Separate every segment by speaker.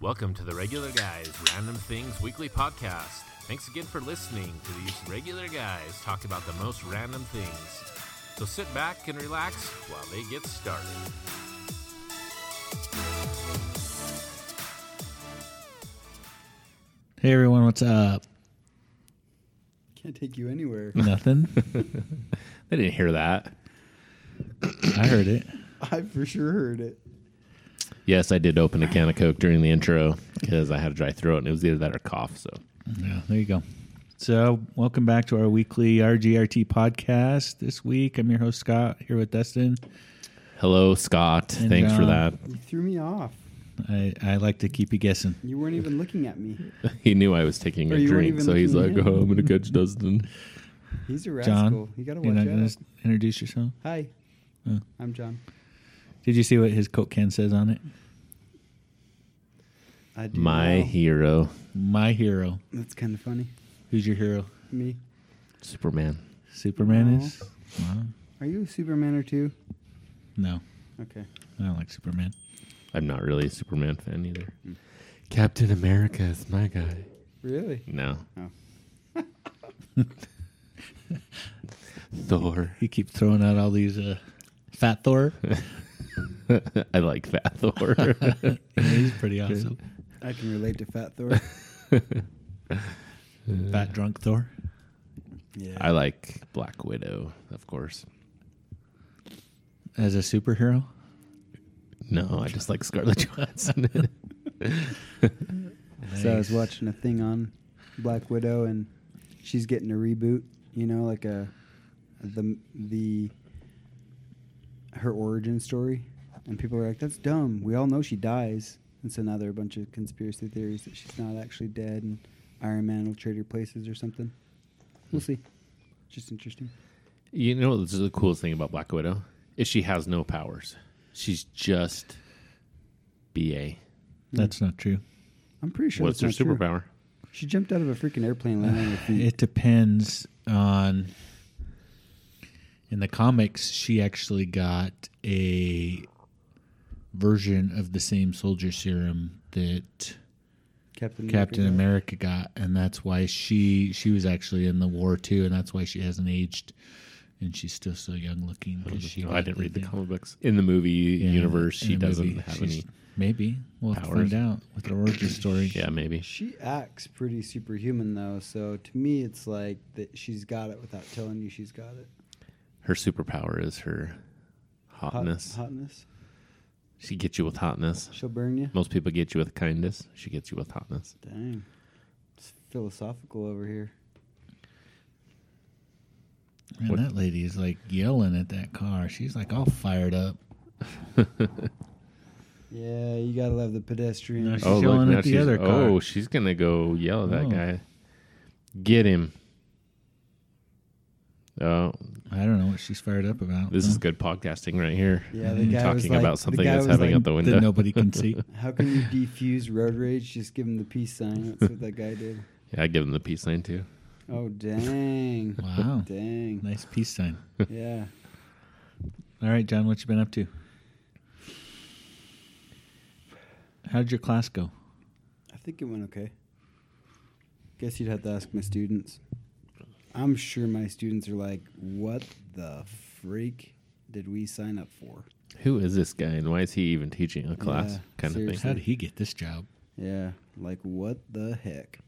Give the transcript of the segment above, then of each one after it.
Speaker 1: Welcome to the Regular Guys Random Things Weekly Podcast. Thanks again for listening to these regular guys talk about the most random things. So sit back and relax while they get started.
Speaker 2: Hey everyone, what's up?
Speaker 3: Can't take you anywhere.
Speaker 2: Nothing.
Speaker 4: They didn't hear that.
Speaker 2: I heard it.
Speaker 3: I for sure heard it.
Speaker 4: Yes, I did open a can of Coke during the intro because I had a dry throat and it was either that or cough. So
Speaker 2: Yeah, there you go. So, welcome back to our weekly RGRT podcast. This week, I'm your host Scott here with Dustin.
Speaker 4: hello, Scott.
Speaker 2: And
Speaker 4: Thanks for
Speaker 2: John.
Speaker 4: that.
Speaker 3: You threw me off.
Speaker 2: I, I like to keep you guessing.
Speaker 3: You weren't even looking at me.
Speaker 4: He knew I was taking
Speaker 3: Or
Speaker 4: a
Speaker 3: you weren't
Speaker 4: drink,
Speaker 3: even
Speaker 4: so he's like,
Speaker 3: looking at
Speaker 4: "Oh, I'm gonna catch Dustin."
Speaker 3: He's a
Speaker 2: John,
Speaker 3: rascal. you gotta
Speaker 2: you're
Speaker 3: watch
Speaker 2: not
Speaker 3: out.
Speaker 2: gonna s- introduce yourself.
Speaker 3: Hi.
Speaker 2: Oh.
Speaker 3: I'm John.
Speaker 2: Did you see what his Coke can says on it?
Speaker 3: I do
Speaker 4: My
Speaker 3: know.
Speaker 4: hero,
Speaker 2: My hero.
Speaker 3: That's kind of funny.
Speaker 2: Who's your hero?
Speaker 3: Me.
Speaker 4: Superman.
Speaker 2: Superman
Speaker 3: No.
Speaker 2: is. Wow.
Speaker 3: Are you a Superman or two?
Speaker 2: No,
Speaker 3: Okay.
Speaker 2: I don't like Superman.
Speaker 4: I'm not really a Superman fan either. Captain America is my guy.
Speaker 3: Really?
Speaker 4: No,
Speaker 3: Oh.
Speaker 4: Thor.
Speaker 2: You keep throwing out all these uh, Fat Thor.
Speaker 4: I like Fat Thor.
Speaker 2: He's pretty awesome.
Speaker 3: I can relate to Fat Thor.
Speaker 2: Fat drunk Thor.
Speaker 3: yeah.
Speaker 4: I like Black Widow, of course.
Speaker 2: As a superhero,
Speaker 4: No, I just like Scarlett Johansson.
Speaker 3: So I was watching a thing on Black Widow, and she's getting a reboot. You know, like a the the her origin story, and people are like, "That's dumb." We all know she dies, and so now there are a bunch of conspiracy theories that she's not actually dead, and Iron Man will trade her places or something. We'll see. Just interesting.
Speaker 4: You know, this is the coolest thing about Black Widow is she has no powers. She's just BA.
Speaker 2: that's not true.
Speaker 3: I'm pretty sure
Speaker 4: What's her
Speaker 3: that's not true.
Speaker 4: superpower?
Speaker 3: She jumped out of a freaking airplane landing on her feet.
Speaker 2: It depends on. In the comics, she actually got a version of the same soldier serum that
Speaker 3: Captain
Speaker 2: Captain America
Speaker 3: America.
Speaker 2: got, and that's why she she was actually in the war too, and that's why she hasn't aged, and she's still so young looking. 'cause she
Speaker 4: No,
Speaker 2: got
Speaker 4: Oh, I didn't read the
Speaker 2: thing.
Speaker 4: comic books. In the movie
Speaker 2: Yeah,
Speaker 4: universe,
Speaker 2: in
Speaker 4: she
Speaker 2: the
Speaker 4: doesn't
Speaker 2: movie,
Speaker 4: have
Speaker 2: she's-
Speaker 4: any.
Speaker 2: Maybe we'll have to
Speaker 4: powers.
Speaker 2: find out with the origin story.
Speaker 4: Yeah, maybe.
Speaker 3: She acts pretty superhuman though, so to me it's like that she's got it without telling you she's got it.
Speaker 4: Her superpower is her
Speaker 3: Hot-
Speaker 4: hotness.
Speaker 3: hotness.
Speaker 4: She gets you with hotness.
Speaker 3: She'll burn you.
Speaker 4: Most people get you with kindness. She gets you with hotness.
Speaker 3: Dang. It's philosophical over here.
Speaker 2: Man, that lady is like yelling at that car. She's like all fired up.
Speaker 3: Yeah, you gotta love the pedestrian.
Speaker 2: Nice. She's yelling at the
Speaker 4: Oh, she's-
Speaker 2: other car.
Speaker 4: Oh, she's gonna go yell at that
Speaker 2: Oh.
Speaker 4: guy. Get him. Oh,
Speaker 2: I don't know what she's fired up about.
Speaker 4: This
Speaker 2: though.
Speaker 4: is good podcasting right here.
Speaker 3: Yeah, the guy was
Speaker 4: Talking
Speaker 3: like,
Speaker 4: about something
Speaker 3: the guy
Speaker 4: that's
Speaker 3: was
Speaker 4: happening
Speaker 3: like,
Speaker 4: out the window.
Speaker 2: that nobody can see.
Speaker 3: How can you defuse road rage? Just give him the peace sign. That's what that guy did.
Speaker 4: yeah, I give them the peace sign too.
Speaker 3: Oh dang.
Speaker 2: Wow.
Speaker 3: Dang.
Speaker 2: Nice peace sign.
Speaker 3: Yeah.
Speaker 2: All right, John, what you been up to? How did your class go?
Speaker 3: I think it went okay. Guess you'd have to ask my students. I'm sure my students are like, what the freak did we sign up for?
Speaker 4: Who is this guy and why is he even teaching a class?
Speaker 3: Yeah,
Speaker 4: kind of
Speaker 3: seriously.
Speaker 2: How
Speaker 4: thing.
Speaker 2: did he get this job?
Speaker 3: Yeah, like what the heck?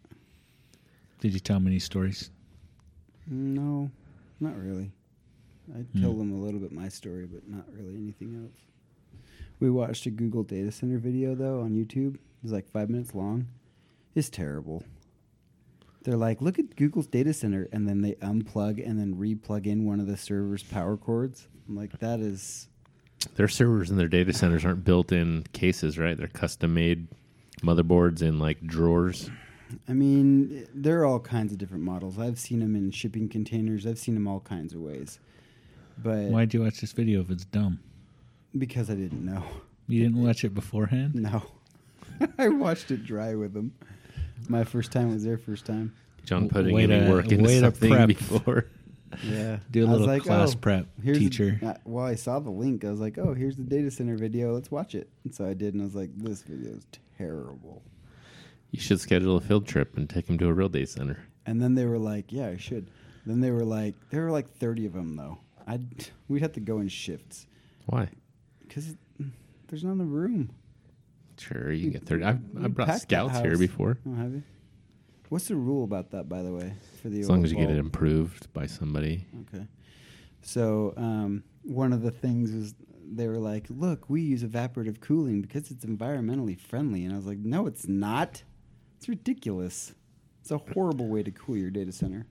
Speaker 2: Did you tell many stories?
Speaker 3: No, not really. I tell them a little bit my story, but not really anything else. We watched a Google data center video though on YouTube. It was like five minutes long. It's terrible. They're like, look at Google's data center, and then they unplug and then replug in one of the server's power cords. I'm like, that is
Speaker 4: Their servers and their data centers aren't built in cases, right? They're custom made motherboards in like drawers.
Speaker 3: I mean, there are all kinds of different models. I've seen them in shipping containers. I've seen them all kinds of ways. But
Speaker 2: Why'd you watch this video if it's dumb?
Speaker 3: because I didn't know.
Speaker 2: You didn't watch it beforehand?
Speaker 3: No. I watched it dry with them. My first time was their first time.
Speaker 4: John
Speaker 2: W-
Speaker 4: putting
Speaker 2: way
Speaker 4: any
Speaker 2: to-
Speaker 4: work into
Speaker 2: way to
Speaker 4: something
Speaker 2: prep.
Speaker 4: before.
Speaker 3: Yeah.
Speaker 2: Do a
Speaker 3: I was
Speaker 2: little
Speaker 3: like,
Speaker 2: class
Speaker 3: oh,
Speaker 2: prep,
Speaker 3: here's the-
Speaker 2: teacher.
Speaker 3: uh, well, I saw the link. I was like, oh, here's the data center video. Let's watch it. And so I did, and I was like, this video is terrible.
Speaker 4: You should schedule a field trip and take him to a real day center.
Speaker 3: And then they were like, "Yeah, I should." Then they were like, "There were like thirty of them though. I would we'd have to go in shifts
Speaker 4: Why?
Speaker 3: because there's not enough room."
Speaker 4: Sure, you can get thirty. I, I
Speaker 3: You
Speaker 4: brought
Speaker 3: packed that
Speaker 4: scouts here
Speaker 3: house.
Speaker 4: before.
Speaker 3: Oh, have you? What's the rule about that, by the way? For the
Speaker 4: As long
Speaker 3: old
Speaker 4: as you get it
Speaker 3: bulb?
Speaker 4: improved by somebody.
Speaker 3: Okay. So um, one of the things is they were like, "Look, we use evaporative cooling because it's environmentally friendly," and I was like, "No, it's not. It's ridiculous. It's a horrible way to cool your data center."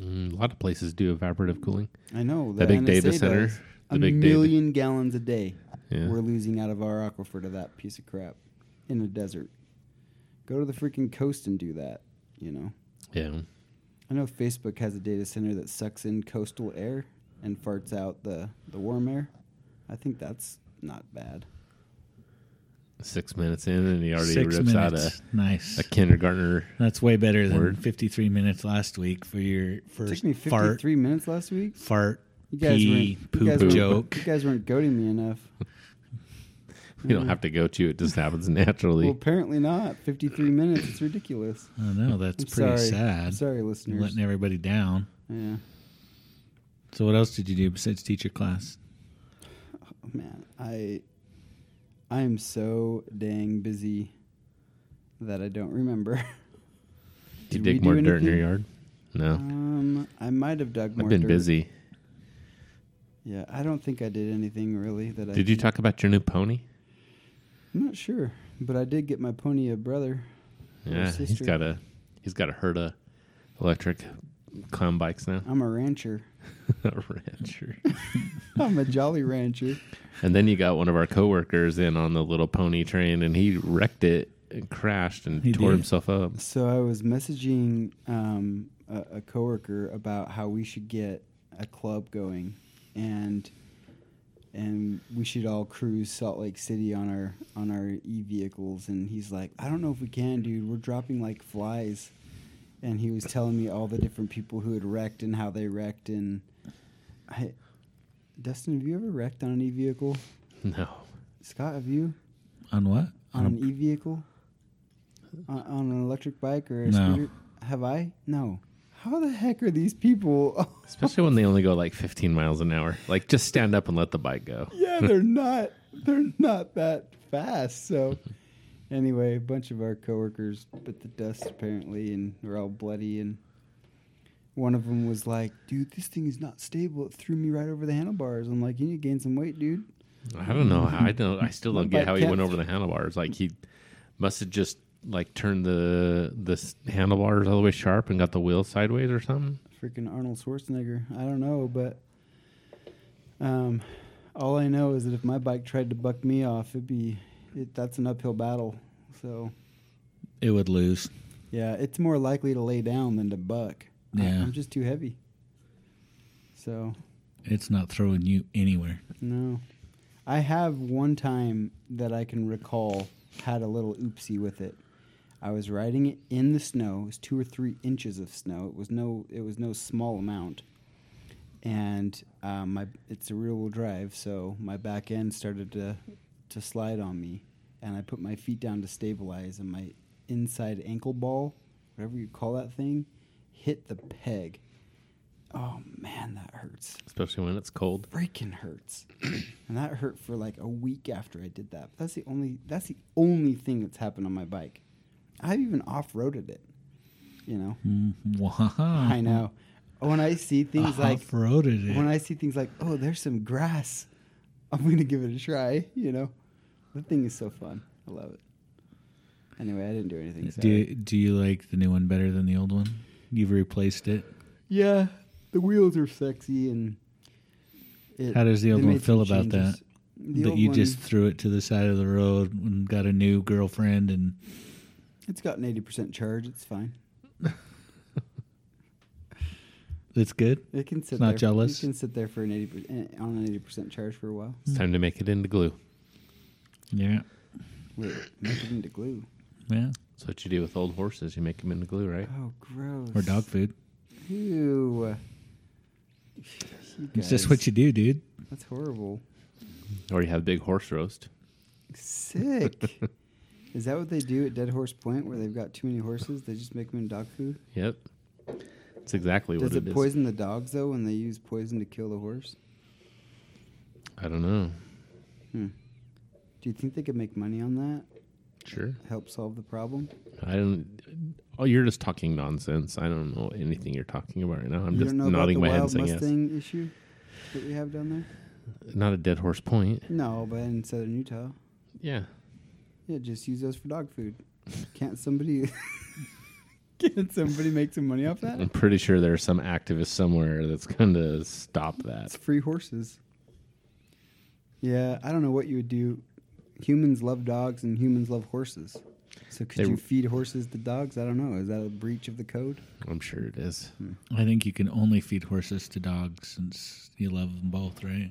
Speaker 4: Mm, a lot of places do evaporative cooling.
Speaker 3: I know
Speaker 4: The big data center,
Speaker 3: does.
Speaker 4: the
Speaker 3: a
Speaker 4: big data-
Speaker 3: million gallons a day
Speaker 4: Yeah.
Speaker 3: we're losing out of our aquifer to that piece of crap in a desert. Go to the freaking coast and do that. You know.
Speaker 4: Yeah.
Speaker 3: I know Facebook has a data center that sucks in coastal air and farts out the, the warm air. I think that's not bad.
Speaker 4: Six minutes in, and he already
Speaker 2: Six
Speaker 4: rips out a,
Speaker 2: minutes. nice.
Speaker 4: a kindergartner.
Speaker 2: That's way better than
Speaker 4: Word.
Speaker 2: 53 minutes last week for your
Speaker 3: It
Speaker 2: first
Speaker 3: took me
Speaker 2: fart
Speaker 3: 53 minutes last week.
Speaker 2: fart
Speaker 3: You guys,
Speaker 2: pee
Speaker 3: weren't,
Speaker 2: poo
Speaker 3: you, guys
Speaker 2: poo
Speaker 3: weren't,
Speaker 2: joke.
Speaker 3: you guys weren't goading me enough.
Speaker 4: You don't have to go to it; just happens
Speaker 3: Well,
Speaker 4: naturally.
Speaker 3: apparently not. 53 minutes. It's ridiculous.
Speaker 2: Oh no, that's
Speaker 3: I'm
Speaker 2: pretty
Speaker 3: sorry.
Speaker 2: sad.
Speaker 3: Sorry,
Speaker 2: You're
Speaker 3: listeners.
Speaker 2: letting everybody down.
Speaker 3: Yeah.
Speaker 2: So what else did you do besides teach your class?
Speaker 3: Oh, man, I I am so dang busy that I don't remember.
Speaker 4: Did you
Speaker 3: Did we
Speaker 4: dig
Speaker 3: do
Speaker 4: more dirt in your
Speaker 3: anything?
Speaker 4: yard?
Speaker 2: Oh.
Speaker 4: No,
Speaker 3: um, I might have dug more.
Speaker 4: I've been
Speaker 3: dirt.
Speaker 4: busy.
Speaker 3: Yeah, I don't think I did anything really that I
Speaker 4: Did you talk about your new pony?
Speaker 3: I'm not sure, but I did get my pony a brother. Or
Speaker 4: Yeah, he's
Speaker 3: sister.
Speaker 4: got a he's got a herd of electric clown bikes now.
Speaker 3: I'm a rancher.
Speaker 4: a rancher.
Speaker 3: I'm a jolly rancher.
Speaker 4: And then you got one of our coworkers in on the little pony train, and he wrecked it and crashed and
Speaker 2: He
Speaker 4: tore
Speaker 2: did.
Speaker 4: himself up.
Speaker 3: So I was messaging um, a, a coworker about how we should get a club going, and and we should all cruise Salt Lake City on our on our e vehicles. And he's like, I don't know if we can, dude. We're dropping like flies. And he was telling me all the different people who had wrecked and how they wrecked. And I, Dustin, have you ever wrecked on an e vehicle?
Speaker 4: No,
Speaker 3: Scott, have you
Speaker 2: On what?
Speaker 3: on an e vehicle, on, on an electric bike or a
Speaker 2: No.
Speaker 3: scooter? Have I? No. How the heck are these people?
Speaker 4: especially when they only go like 15 miles an hour. Like, just stand up and let the bike go.
Speaker 3: yeah, they're not. They're not that fast. So, anyway, a bunch of our coworkers bit the dust apparently, and they're all bloody. And one of them was like, "Dude, this thing is not stable. It threw me right over the handlebars." I'm like, "You need to gain some weight, dude."
Speaker 4: I don't know. how- I don't. I still
Speaker 3: My
Speaker 4: don't get how
Speaker 3: bike
Speaker 4: he went
Speaker 3: can't-
Speaker 4: over the handlebars. Like he must have just like turned the the s- handlebars all the way sharp and got the wheel sideways or something.
Speaker 3: freaking Arnold Schwarzenegger. I don't know, but um, all I know is that if my bike tried to buck me off, it'd be it, that's an uphill battle. So
Speaker 2: It would lose.
Speaker 3: yeah, it's more likely to lay down than to buck. I-
Speaker 2: Yeah.
Speaker 3: I'm just too heavy. So
Speaker 2: It's not throwing you anywhere.
Speaker 3: no, I have one time that I can recall had a little oopsie with it. I was riding it in the snow. It was two or three inches of snow. It was no. It was no small amount. and um, my it's a rear wheel drive, so my back end started to to slide on me, and I put my feet down to stabilize, and my inside ankle ball, whatever you call that thing, hit the peg. Oh man, that hurts.
Speaker 4: Especially when it's cold.
Speaker 3: Freaking hurts, and that hurt for like a week after I did that. But that's the only that's the only thing that's happened on my bike. I've even off roaded it. You know,
Speaker 2: Mm, Wow.
Speaker 3: I know. When I see things like
Speaker 2: Uh, off-roaded it.
Speaker 3: when I see things like, oh, there's some grass, I'm gonna give it a try. You know, the thing is so fun. I love it. Anyway, I didn't do anything. Sorry.
Speaker 2: do do you like the new one better than the old one? You've replaced it.
Speaker 3: Yeah, the wheels are sexy and. It,
Speaker 2: How does the old
Speaker 3: they
Speaker 2: one
Speaker 3: made
Speaker 2: feel
Speaker 3: some
Speaker 2: about that?
Speaker 3: changes. The
Speaker 2: that
Speaker 3: old
Speaker 2: you
Speaker 3: one,
Speaker 2: just threw it to the side of the road and got a new girlfriend and
Speaker 3: It's got an eighty percent charge. It's fine.
Speaker 2: that's good.
Speaker 3: It can sit.
Speaker 2: not
Speaker 3: there,
Speaker 2: jealous?
Speaker 3: It can sit there for an eighty eh, on an eighty percent charge for a while.
Speaker 4: It's time to make it into glue.
Speaker 2: Yeah.
Speaker 3: Wait, make it into glue.
Speaker 2: Yeah.
Speaker 4: That's what you do with old horses. You make them into glue, right?
Speaker 3: Oh, gross.
Speaker 2: Or dog food.
Speaker 3: Ew.
Speaker 2: It's just what you do, dude.
Speaker 3: That's horrible.
Speaker 4: Or you have a big horse roast.
Speaker 3: Sick. Is that what they do at Dead Horse Point where they've got too many horses? They just make them in dog food?
Speaker 4: Yep. That's exactly
Speaker 3: Does
Speaker 4: what
Speaker 3: it,
Speaker 4: it is.
Speaker 3: poison the dogs though when they use poison to kill the horse?
Speaker 4: I don't know.
Speaker 3: Hmm. Do you think they could make money on that?
Speaker 4: Sure.
Speaker 3: Help solve the problem?
Speaker 4: I don't. Oh, you're just talking nonsense. I don't know anything you're talking about right now. I'm
Speaker 3: you
Speaker 4: just
Speaker 3: don't know
Speaker 4: nodding
Speaker 3: about
Speaker 4: my
Speaker 3: the
Speaker 4: head and
Speaker 3: wild
Speaker 4: saying
Speaker 3: Mustang issue that we have down there?
Speaker 4: yes. Not a dead horse point.
Speaker 3: No, but in southern Utah.
Speaker 4: Yeah.
Speaker 3: Yeah, just use those for dog food. Can't somebody Can't somebody make some money off that?
Speaker 4: I'm pretty sure there's some activist somewhere that's going to stop that.
Speaker 3: It's free horses. Yeah, I don't know what you would do. Humans love dogs and humans love horses. So could
Speaker 4: They-
Speaker 3: you feed horses to dogs? I don't know. Is that a breach of the code?
Speaker 4: I'm sure it is.
Speaker 2: I think you can only feed horses to dogs since you love them both, right?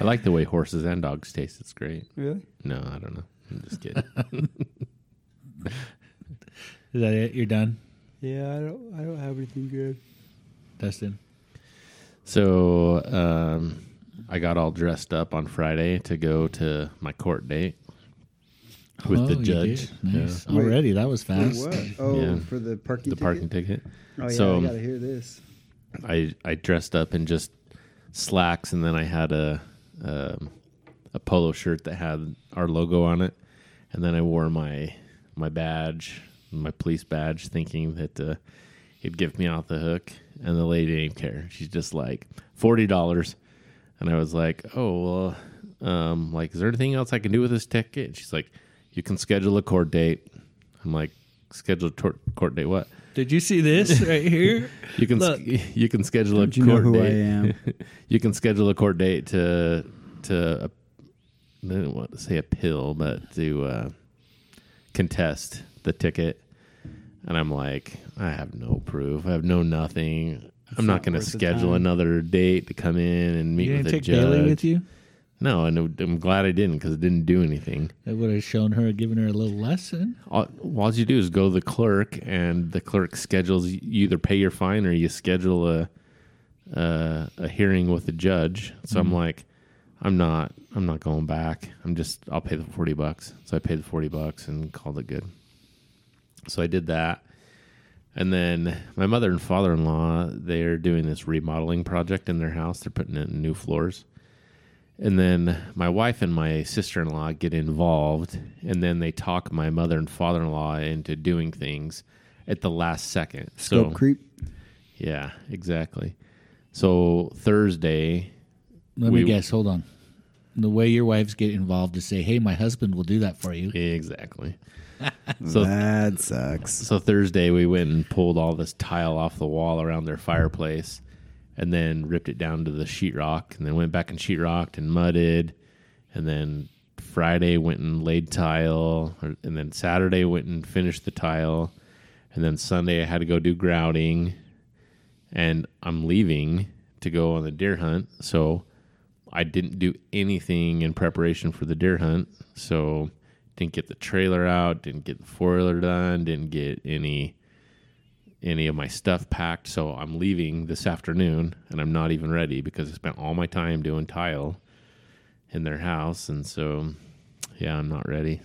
Speaker 4: I like the way horses and dogs taste. It's great.
Speaker 3: Really?
Speaker 4: No, I don't know. I'm just kidding.
Speaker 2: Is that it? You're done,
Speaker 3: Yeah, I don't. I don't have anything good.
Speaker 2: Dustin?
Speaker 4: so um, I got all dressed up on Friday to go to my court date with
Speaker 2: Oh,
Speaker 4: the
Speaker 2: you
Speaker 4: judge.
Speaker 2: did.
Speaker 4: Yeah.
Speaker 2: Nice.
Speaker 3: Yeah.
Speaker 2: Already, that was
Speaker 3: For
Speaker 2: fast.
Speaker 3: what? Oh,
Speaker 4: Yeah.
Speaker 3: for the parking.
Speaker 4: The parking ticket.
Speaker 3: Oh yeah,
Speaker 4: So- um,
Speaker 3: I gotta hear this.
Speaker 4: I I dressed up in just slacks, and then I had a um, a polo shirt that had our logo on it, and then I wore my my badge, my police badge, thinking that uh, it'd give me off the hook. And the lady didn't care. She's just like forty dollars, and I was like, oh well, um, like is there anything else I can do with this ticket? And she's like, you can schedule a court date. I'm like, schedule a tor- court date what?
Speaker 2: Did you see this right here?
Speaker 4: You can
Speaker 2: Look.
Speaker 4: you can schedule a
Speaker 3: you know
Speaker 4: court
Speaker 3: who I
Speaker 4: date.
Speaker 3: am?
Speaker 4: you can schedule a court date to to uh, I didn't want to say appeal, but to uh, contest the ticket. And I'm like, I have no proof. I have no nothing. I'm not,
Speaker 3: not
Speaker 4: going to
Speaker 3: worth the
Speaker 4: schedule
Speaker 3: time.
Speaker 4: another date to come in and meet
Speaker 2: You
Speaker 4: with
Speaker 2: didn't
Speaker 4: a
Speaker 2: take
Speaker 4: judge.
Speaker 2: Bailey with you?
Speaker 4: No, and I'm glad I didn't because it didn't do anything.
Speaker 2: That would have shown her, given her a little lesson.
Speaker 4: All, all you do is go to the clerk, and the clerk schedules. You either pay your fine or you schedule a a, uh, a hearing with the judge. So I'm like, I'm not, I'm not going back. I'm just, I'll pay the forty bucks. So I paid the forty bucks and called it good. So I did that, and then my mother and father in law they're doing this remodeling project in their house. They're putting in new floors. And then my wife and my sister in law get involved, and then they talk my mother and father in law into doing things at the last second.
Speaker 3: Scope
Speaker 4: so,
Speaker 3: creep.
Speaker 4: yeah, exactly. So Thursday,
Speaker 2: Let
Speaker 4: We-
Speaker 2: me guess. Hold on. The way your wives get involved to say, "Hey, my husband will do that for you."
Speaker 4: exactly. so
Speaker 3: that sucks.
Speaker 4: so Thursday we went and pulled all this tile off the wall around their fireplace and then ripped it down to the sheetrock and then went back and sheetrocked and mudded and then Friday went and laid tile or- and then Saturday went and finished the tile and then Sunday I had to go do grouting and I'm leaving to go on the deer hunt so I didn't do anything in preparation for the deer hunt, so didn't get the trailer out, didn't get the foiler done, didn't get any any of my stuff packed. So I'm leaving this afternoon, and I'm not even ready because I spent all my time doing tile in their house, and so yeah, I'm not ready.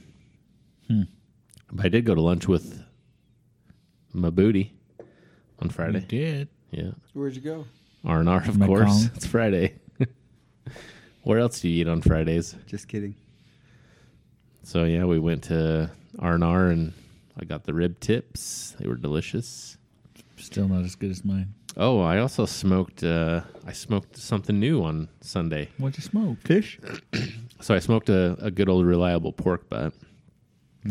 Speaker 4: But I did go to lunch with my booty on
Speaker 2: You
Speaker 4: Friday.
Speaker 2: did.
Speaker 4: Yeah.
Speaker 3: Where'd you go?
Speaker 4: R and R, of
Speaker 2: Macron.
Speaker 4: course. It's Friday. Where else do you eat on Fridays?
Speaker 3: Just kidding.
Speaker 4: So yeah, we went to R and R, and I got the rib tips. They were delicious.
Speaker 2: Still not as good as mine.
Speaker 4: Oh, I also smoked. Uh, I smoked something new on Sunday.
Speaker 2: What'd you smoke? Fish.
Speaker 4: So I smoked a, a good old reliable pork butt.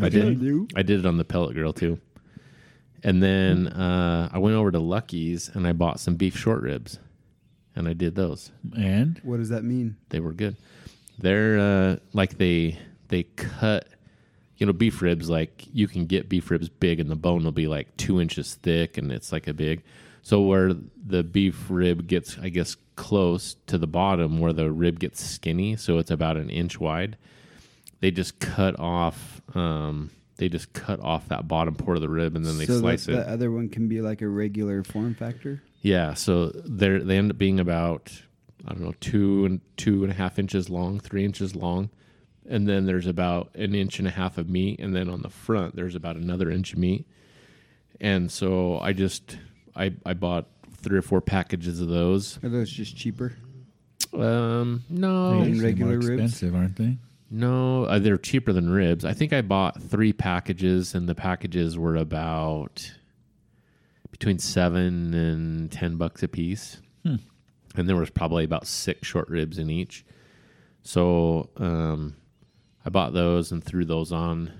Speaker 4: I did.
Speaker 3: new.
Speaker 4: I did it on the pellet grill too. And then uh, I went over to Lucky's and I bought some beef short ribs, and I did those.
Speaker 2: And
Speaker 3: What does that mean?
Speaker 4: they were good. They're uh, like they they cut, you know, beef ribs. Like you can get beef ribs big, and the bone will be like two inches thick, and it's like a big. So where the beef rib gets, I guess, close to the bottom, where the rib gets skinny, so it's about an inch wide. They just cut off. Um, they just cut off that bottom part of the rib, and then they
Speaker 3: so
Speaker 4: slice
Speaker 3: that,
Speaker 4: it.
Speaker 3: The other one can be like a regular form factor.
Speaker 4: Yeah, so they they end up being about I don't know two and two and a half inches long, three inches long, and then there's about an inch and a half of meat, and then on the front there's about another inch of meat. And so I just I I bought three or four packages of those.
Speaker 3: Are those just cheaper?
Speaker 4: Um, no,
Speaker 2: They usually
Speaker 3: Oh. regular
Speaker 2: more
Speaker 3: ribs?
Speaker 2: expensive, aren't they?
Speaker 4: no, uh, they're cheaper than ribs. I think I bought three packages, and the packages were about between seven and ten bucks a piece.
Speaker 2: Hmm.
Speaker 4: And there was probably about six short ribs in each. So um, I bought those and threw those on,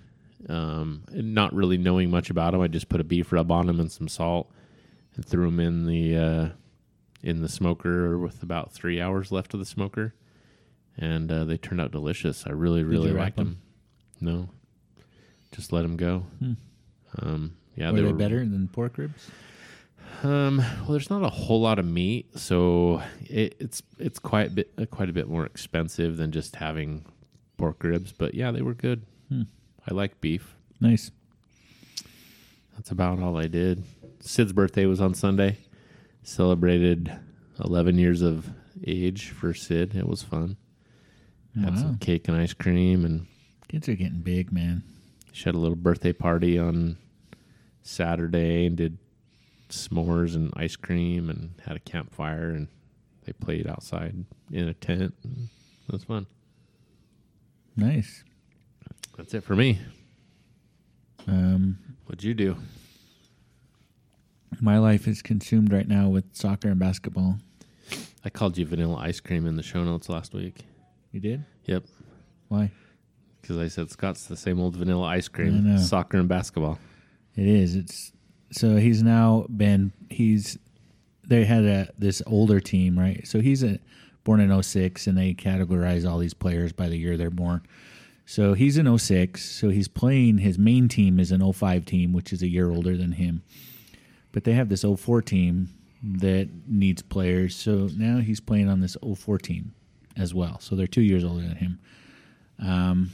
Speaker 4: um, and not really knowing much about them. I just put a beef rub on them and some salt, and threw them in the uh, in the smoker with about three hours left of the smoker, and uh, they turned out delicious. I really, really
Speaker 2: you wrap
Speaker 4: liked them. No, just let them go. Um, yeah,
Speaker 2: Hmm. Were they better than pork ribs?
Speaker 4: um, well, there's not a whole lot of meat, so it, it's it's quite a bit uh, quite a bit more expensive than just having pork ribs. But yeah, they were good. I like beef.
Speaker 2: Nice.
Speaker 4: That's about all I did. Sid's birthday was on Sunday. Celebrated 11 years of age for Sid. It was fun. Had
Speaker 2: Wow.
Speaker 4: some cake and ice cream, and
Speaker 2: Kids are getting big, man.
Speaker 4: she had a little birthday party on Saturday and did s'mores and ice cream and had a campfire and they played outside in a tent. It was fun.
Speaker 2: Nice.
Speaker 4: That's it for me.
Speaker 2: Um,
Speaker 4: What'd you do?
Speaker 2: my life is consumed right now with soccer and basketball.
Speaker 4: I called you vanilla ice cream in the show notes last week.
Speaker 2: You did?
Speaker 4: Yep.
Speaker 2: Why?
Speaker 4: Because I said Scott's the same old vanilla ice
Speaker 2: I
Speaker 4: cream,
Speaker 2: know.
Speaker 4: soccer and basketball.
Speaker 2: It is. It's so he's now been he's they had a this older team, right? So he's a born in 06 and they categorize all these players by the year they're born. So he's in 06, so he's playing his main team is an 05 team, which is a year older than him. But they have this 04 team that needs players. So now he's playing on this 04 team as well. So they're 2 years older than him. Um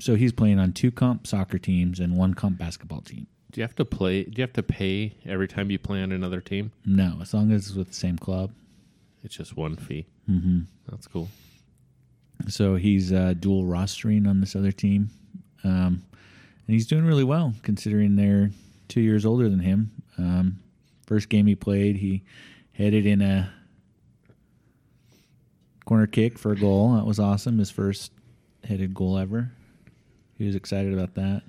Speaker 2: so he's playing on two comp soccer teams and one comp basketball team.
Speaker 4: Do you have to play? Do you have to pay every time you play on another team?
Speaker 2: No, as long as it's with the same club.
Speaker 4: It's just one fee.
Speaker 2: hmm
Speaker 4: That's cool.
Speaker 2: So he's uh, dual rostering on this other team, um, and he's doing really well considering they're two years older than him. Um, first game he played, he headed in a corner kick for a goal. That was awesome. His first headed goal ever. He was excited about that.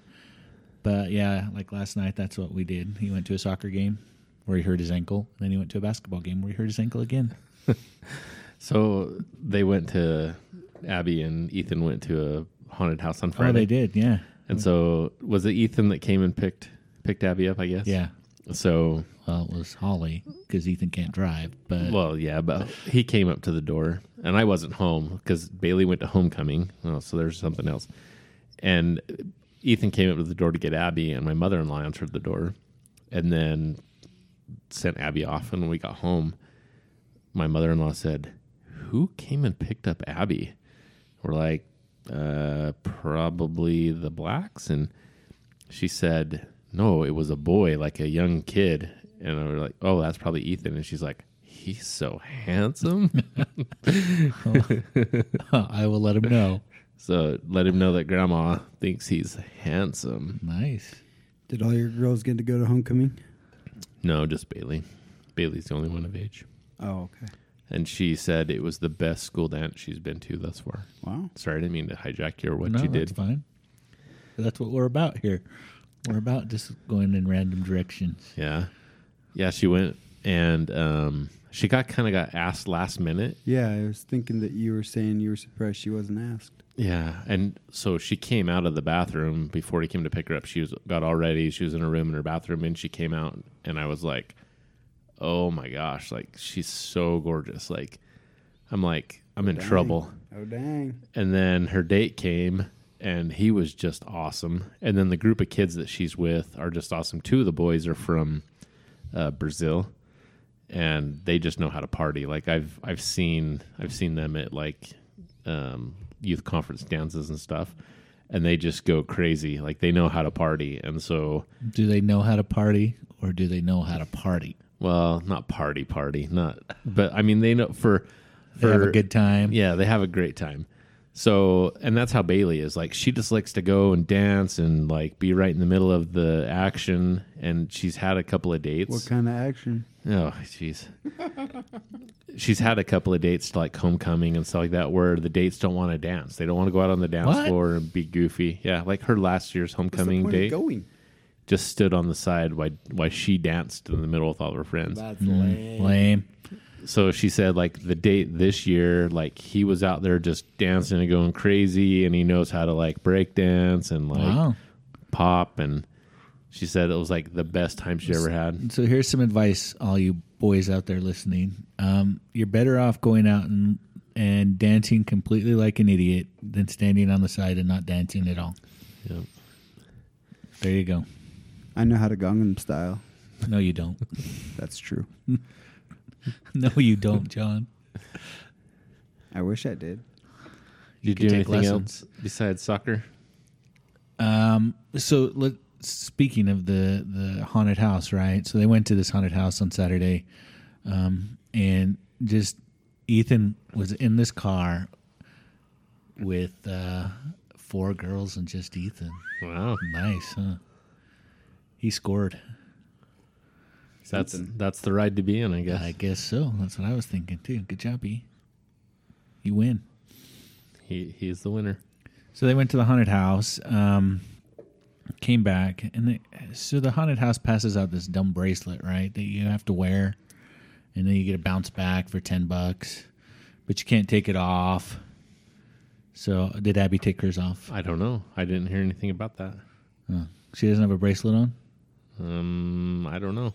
Speaker 2: But yeah, like last night, that's what we did. He went to a soccer game where he hurt his ankle, and then he went to a basketball game where he hurt his ankle again.
Speaker 4: So they went to Abby and Ethan went to a haunted house on
Speaker 2: Oh,
Speaker 4: Friday.
Speaker 2: they did, yeah.
Speaker 4: And so was it Ethan that came and picked picked Abby up? I guess.
Speaker 2: Yeah.
Speaker 4: So
Speaker 2: Well, it was Holly because Ethan can't drive, but
Speaker 4: well, yeah, but he came up to the door, and I wasn't home because Bailey went to homecoming. Oh, so there's something else. And Ethan came up to the door to get Abby, and my mother in law answered the door, and then sent Abby off. And when we got home, my mother in law said, "Who came and picked up Abby?" We're like, uh, "Probably the blacks." And she said, "No, it was a boy, like a young kid." And I was like, "Oh, that's probably Ethan." And she's like, "He's so handsome."
Speaker 2: I will let him know.
Speaker 4: so let him know that Grandma thinks he's handsome.
Speaker 2: Nice.
Speaker 3: Did all your girls get to go to homecoming?
Speaker 4: No, just Bailey. Bailey's the only one of age.
Speaker 3: Oh, okay.
Speaker 4: And she said it was the best school dance she's been to thus far.
Speaker 3: Wow.
Speaker 4: Sorry, I didn't mean to hijack your what
Speaker 2: no,
Speaker 4: you
Speaker 2: that's
Speaker 4: did.
Speaker 2: fine. That's what we're about here. We're about just going in random directions.
Speaker 4: Yeah, yeah. She went and um, she got kind of got asked last minute
Speaker 3: Yeah, I was thinking that you were saying you were surprised she wasn't asked.
Speaker 4: Yeah, and so she came out of the bathroom before he came to pick her up. She was got all ready. She was in her room in her bathroom, and she came out, and I was like, "Oh my gosh! Like she's so gorgeous! Like I'm like I'm in trouble."
Speaker 3: Oh, dang.
Speaker 4: And then her date came, and he was just awesome. And then the group of kids that she's with are just awesome. Two of the boys are from uh, Brazil, and they just know how to party. Like I've I've seen I've seen them at like um, youth conference dances and stuff, and they just go crazy. Like they know how to party, and so
Speaker 2: Do they know how to party or do they know how to party?
Speaker 4: well, not party party, not. But I mean, they know for
Speaker 2: They
Speaker 4: for
Speaker 2: have a good time.
Speaker 4: Yeah, they have a great time. So, and that's how Bailey is. Like, she just likes to go and dance and like be right in the middle of the action. And she's had a couple of dates.
Speaker 3: What kind of action?
Speaker 4: Oh, jeez. She's had a couple of dates to like homecoming and stuff like that where the dates don't want to dance. They don't want to go out on the dance
Speaker 2: What?
Speaker 4: floor and be goofy. Yeah, like her last year's homecoming date
Speaker 3: going.
Speaker 4: just stood on the side while, while she danced in the middle with all of her friends.
Speaker 5: That's lame.
Speaker 2: Lame.
Speaker 4: So she said like the date this year, like he was out there just dancing and going crazy and he knows how to like break dance and like
Speaker 2: Wow.
Speaker 4: pop and she said it was like the best time she ever had.
Speaker 2: So here's some advice, all you boys out there listening. Um, you're better off going out and and dancing completely like an idiot than standing on the side and not dancing at all.
Speaker 4: Yep.
Speaker 2: There you go.
Speaker 3: I know how to Gangnam style.
Speaker 2: No, you don't.
Speaker 3: That's true.
Speaker 2: no, you don't, John.
Speaker 3: I wish I did.
Speaker 4: Did
Speaker 2: could
Speaker 4: you do
Speaker 2: take
Speaker 4: anything
Speaker 2: lessons.
Speaker 4: else besides soccer?
Speaker 2: Um, so let speaking of the the haunted house, right? So they went to this haunted house on Saturday, um, and just Ethan was in this car with uh, four girls and just Ethan.
Speaker 4: Wow.
Speaker 2: Nice, huh? He scored.
Speaker 4: That's that's the ride to be in, I guess.
Speaker 2: I guess so. That's what I was thinking too. Good job, E. You win.
Speaker 4: he he's the winner.
Speaker 2: So they went to the haunted house, um, came back, and they, so the haunted house passes out this dumb bracelet, right? That you have to wear, and then you get a bounce back for ten bucks, but you can't take it off. So did Abby take hers off?
Speaker 4: I don't know. I didn't hear anything about that.
Speaker 2: Oh, she doesn't have a bracelet on.
Speaker 4: Um, I don't know.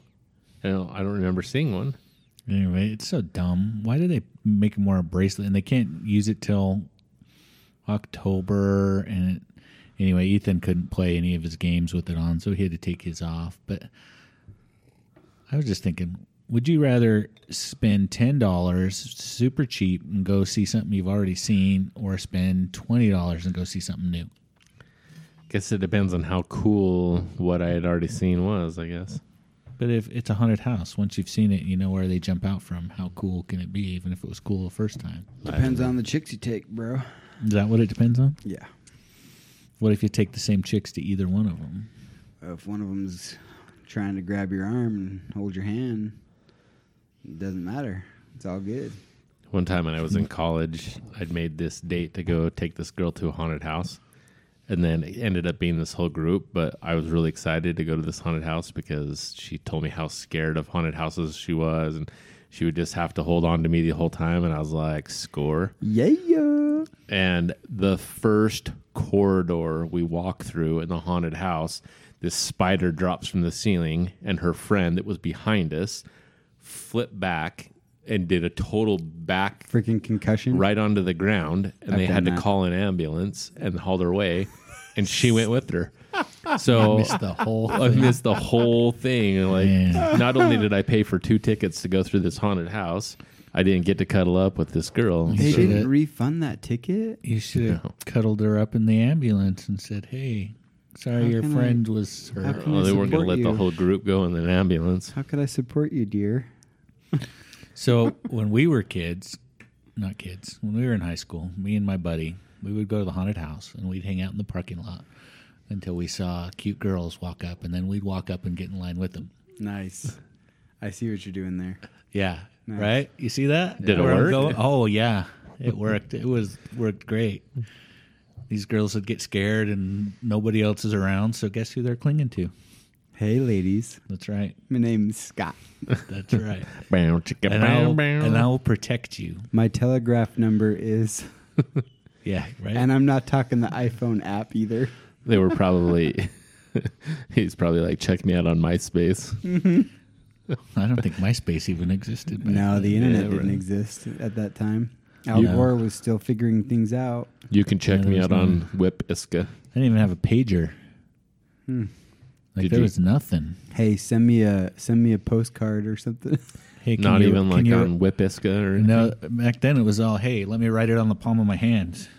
Speaker 4: I don't, I don't remember seeing one.
Speaker 2: Anyway, it's so dumb. Why do they make more a bracelet and they can't use it till October? And it, anyway, Ethan couldn't play any of his games with it on, so he had to take his off. But I was just thinking, would you rather spend ten dollars, super cheap, and go see something you've already seen, or spend twenty dollars and go see something new?
Speaker 4: Guess it depends on how cool what I had already seen was. I guess.
Speaker 2: But if it's a haunted house, once you've seen it, you know where they jump out from. How cool can it be? Even if it was cool the first time,
Speaker 3: Depends on the chicks you take, bro.
Speaker 2: is that what it depends on?
Speaker 3: Yeah.
Speaker 2: What if you take the same chicks to either one of them?
Speaker 3: Uh, If one of them's trying to grab your arm and hold your hand, it doesn't matter. It's all good.
Speaker 4: One time when I was in college, I'd made this date to go take this girl to a haunted house. And then it ended up being this whole group, but I was really excited to go to this haunted house because she told me how scared of haunted houses she was and she would just have to hold on to me the whole time and I was like, score.
Speaker 3: Yeah.
Speaker 4: and the first corridor we walk through in the haunted house, this spider drops from the ceiling, and her friend that was behind us flipped back and did a total back
Speaker 3: Freaking concussion.
Speaker 4: right onto the ground, and they
Speaker 3: done
Speaker 4: had to
Speaker 3: that.
Speaker 4: call an ambulance and haul her away, and she went with her. So
Speaker 2: Miss the whole
Speaker 4: I
Speaker 2: thing.
Speaker 4: missed the whole thing. And, Like,
Speaker 2: Man.
Speaker 4: not only did I pay for two tickets to go through this haunted house, I didn't get to cuddle up with this girl.
Speaker 3: They
Speaker 2: Should've-
Speaker 3: didn't refund that ticket.
Speaker 2: You should have cuddled her up in the ambulance and said, "Hey, sorry, your
Speaker 3: can I-
Speaker 2: friend was hurt."
Speaker 3: can
Speaker 4: Oh,
Speaker 3: I
Speaker 4: they weren't going to
Speaker 3: support
Speaker 4: let the
Speaker 3: you?
Speaker 4: whole group go in an ambulance.
Speaker 3: How could I support you, dear?
Speaker 2: So when we were kids, not kids, when we were in high school, me and my buddy, we would go to the haunted house and we'd hang out in the parking lot until we saw cute girls walk up, and then we'd walk up and get in line with them.
Speaker 3: Nice. I see what you're doing there.
Speaker 2: Yeah, right. You see that?
Speaker 4: Did it
Speaker 2: Where I'm
Speaker 4: work?
Speaker 2: going? Oh yeah, it worked. it was worked great. These girls would get scared, and nobody else is around. So guess who they're clinging to?
Speaker 3: Hey, ladies.
Speaker 2: That's right.
Speaker 3: My name's Scott.
Speaker 2: That's right.
Speaker 4: Bow, chicka,
Speaker 2: and, I'll,
Speaker 4: bow, bow.
Speaker 2: and I'll protect you.
Speaker 3: My telegraph number is,
Speaker 2: Yeah, right.
Speaker 3: and I'm not talking the iPhone app either.
Speaker 4: They were probably. he's probably like, check me out on MySpace.
Speaker 2: I don't think MySpace even existed. back
Speaker 3: No, the
Speaker 2: then.
Speaker 3: internet
Speaker 4: right.
Speaker 3: didn't exist at that time. Al Gore was still figuring things out.
Speaker 4: You can check
Speaker 2: Yeah,
Speaker 4: me
Speaker 2: there's
Speaker 4: out on Whip Iska.
Speaker 2: I didn't even have a pager.
Speaker 3: Hmm.
Speaker 2: Like
Speaker 4: Did
Speaker 2: there
Speaker 4: you-
Speaker 2: was nothing.
Speaker 3: Hey, send me a send me a postcard or something.
Speaker 2: Hey, can
Speaker 4: Not
Speaker 2: you-
Speaker 4: even
Speaker 2: can
Speaker 4: like
Speaker 2: you-
Speaker 4: on Whip Iska or
Speaker 2: No, back then it was all, hey, let me write it on the palm of my hands.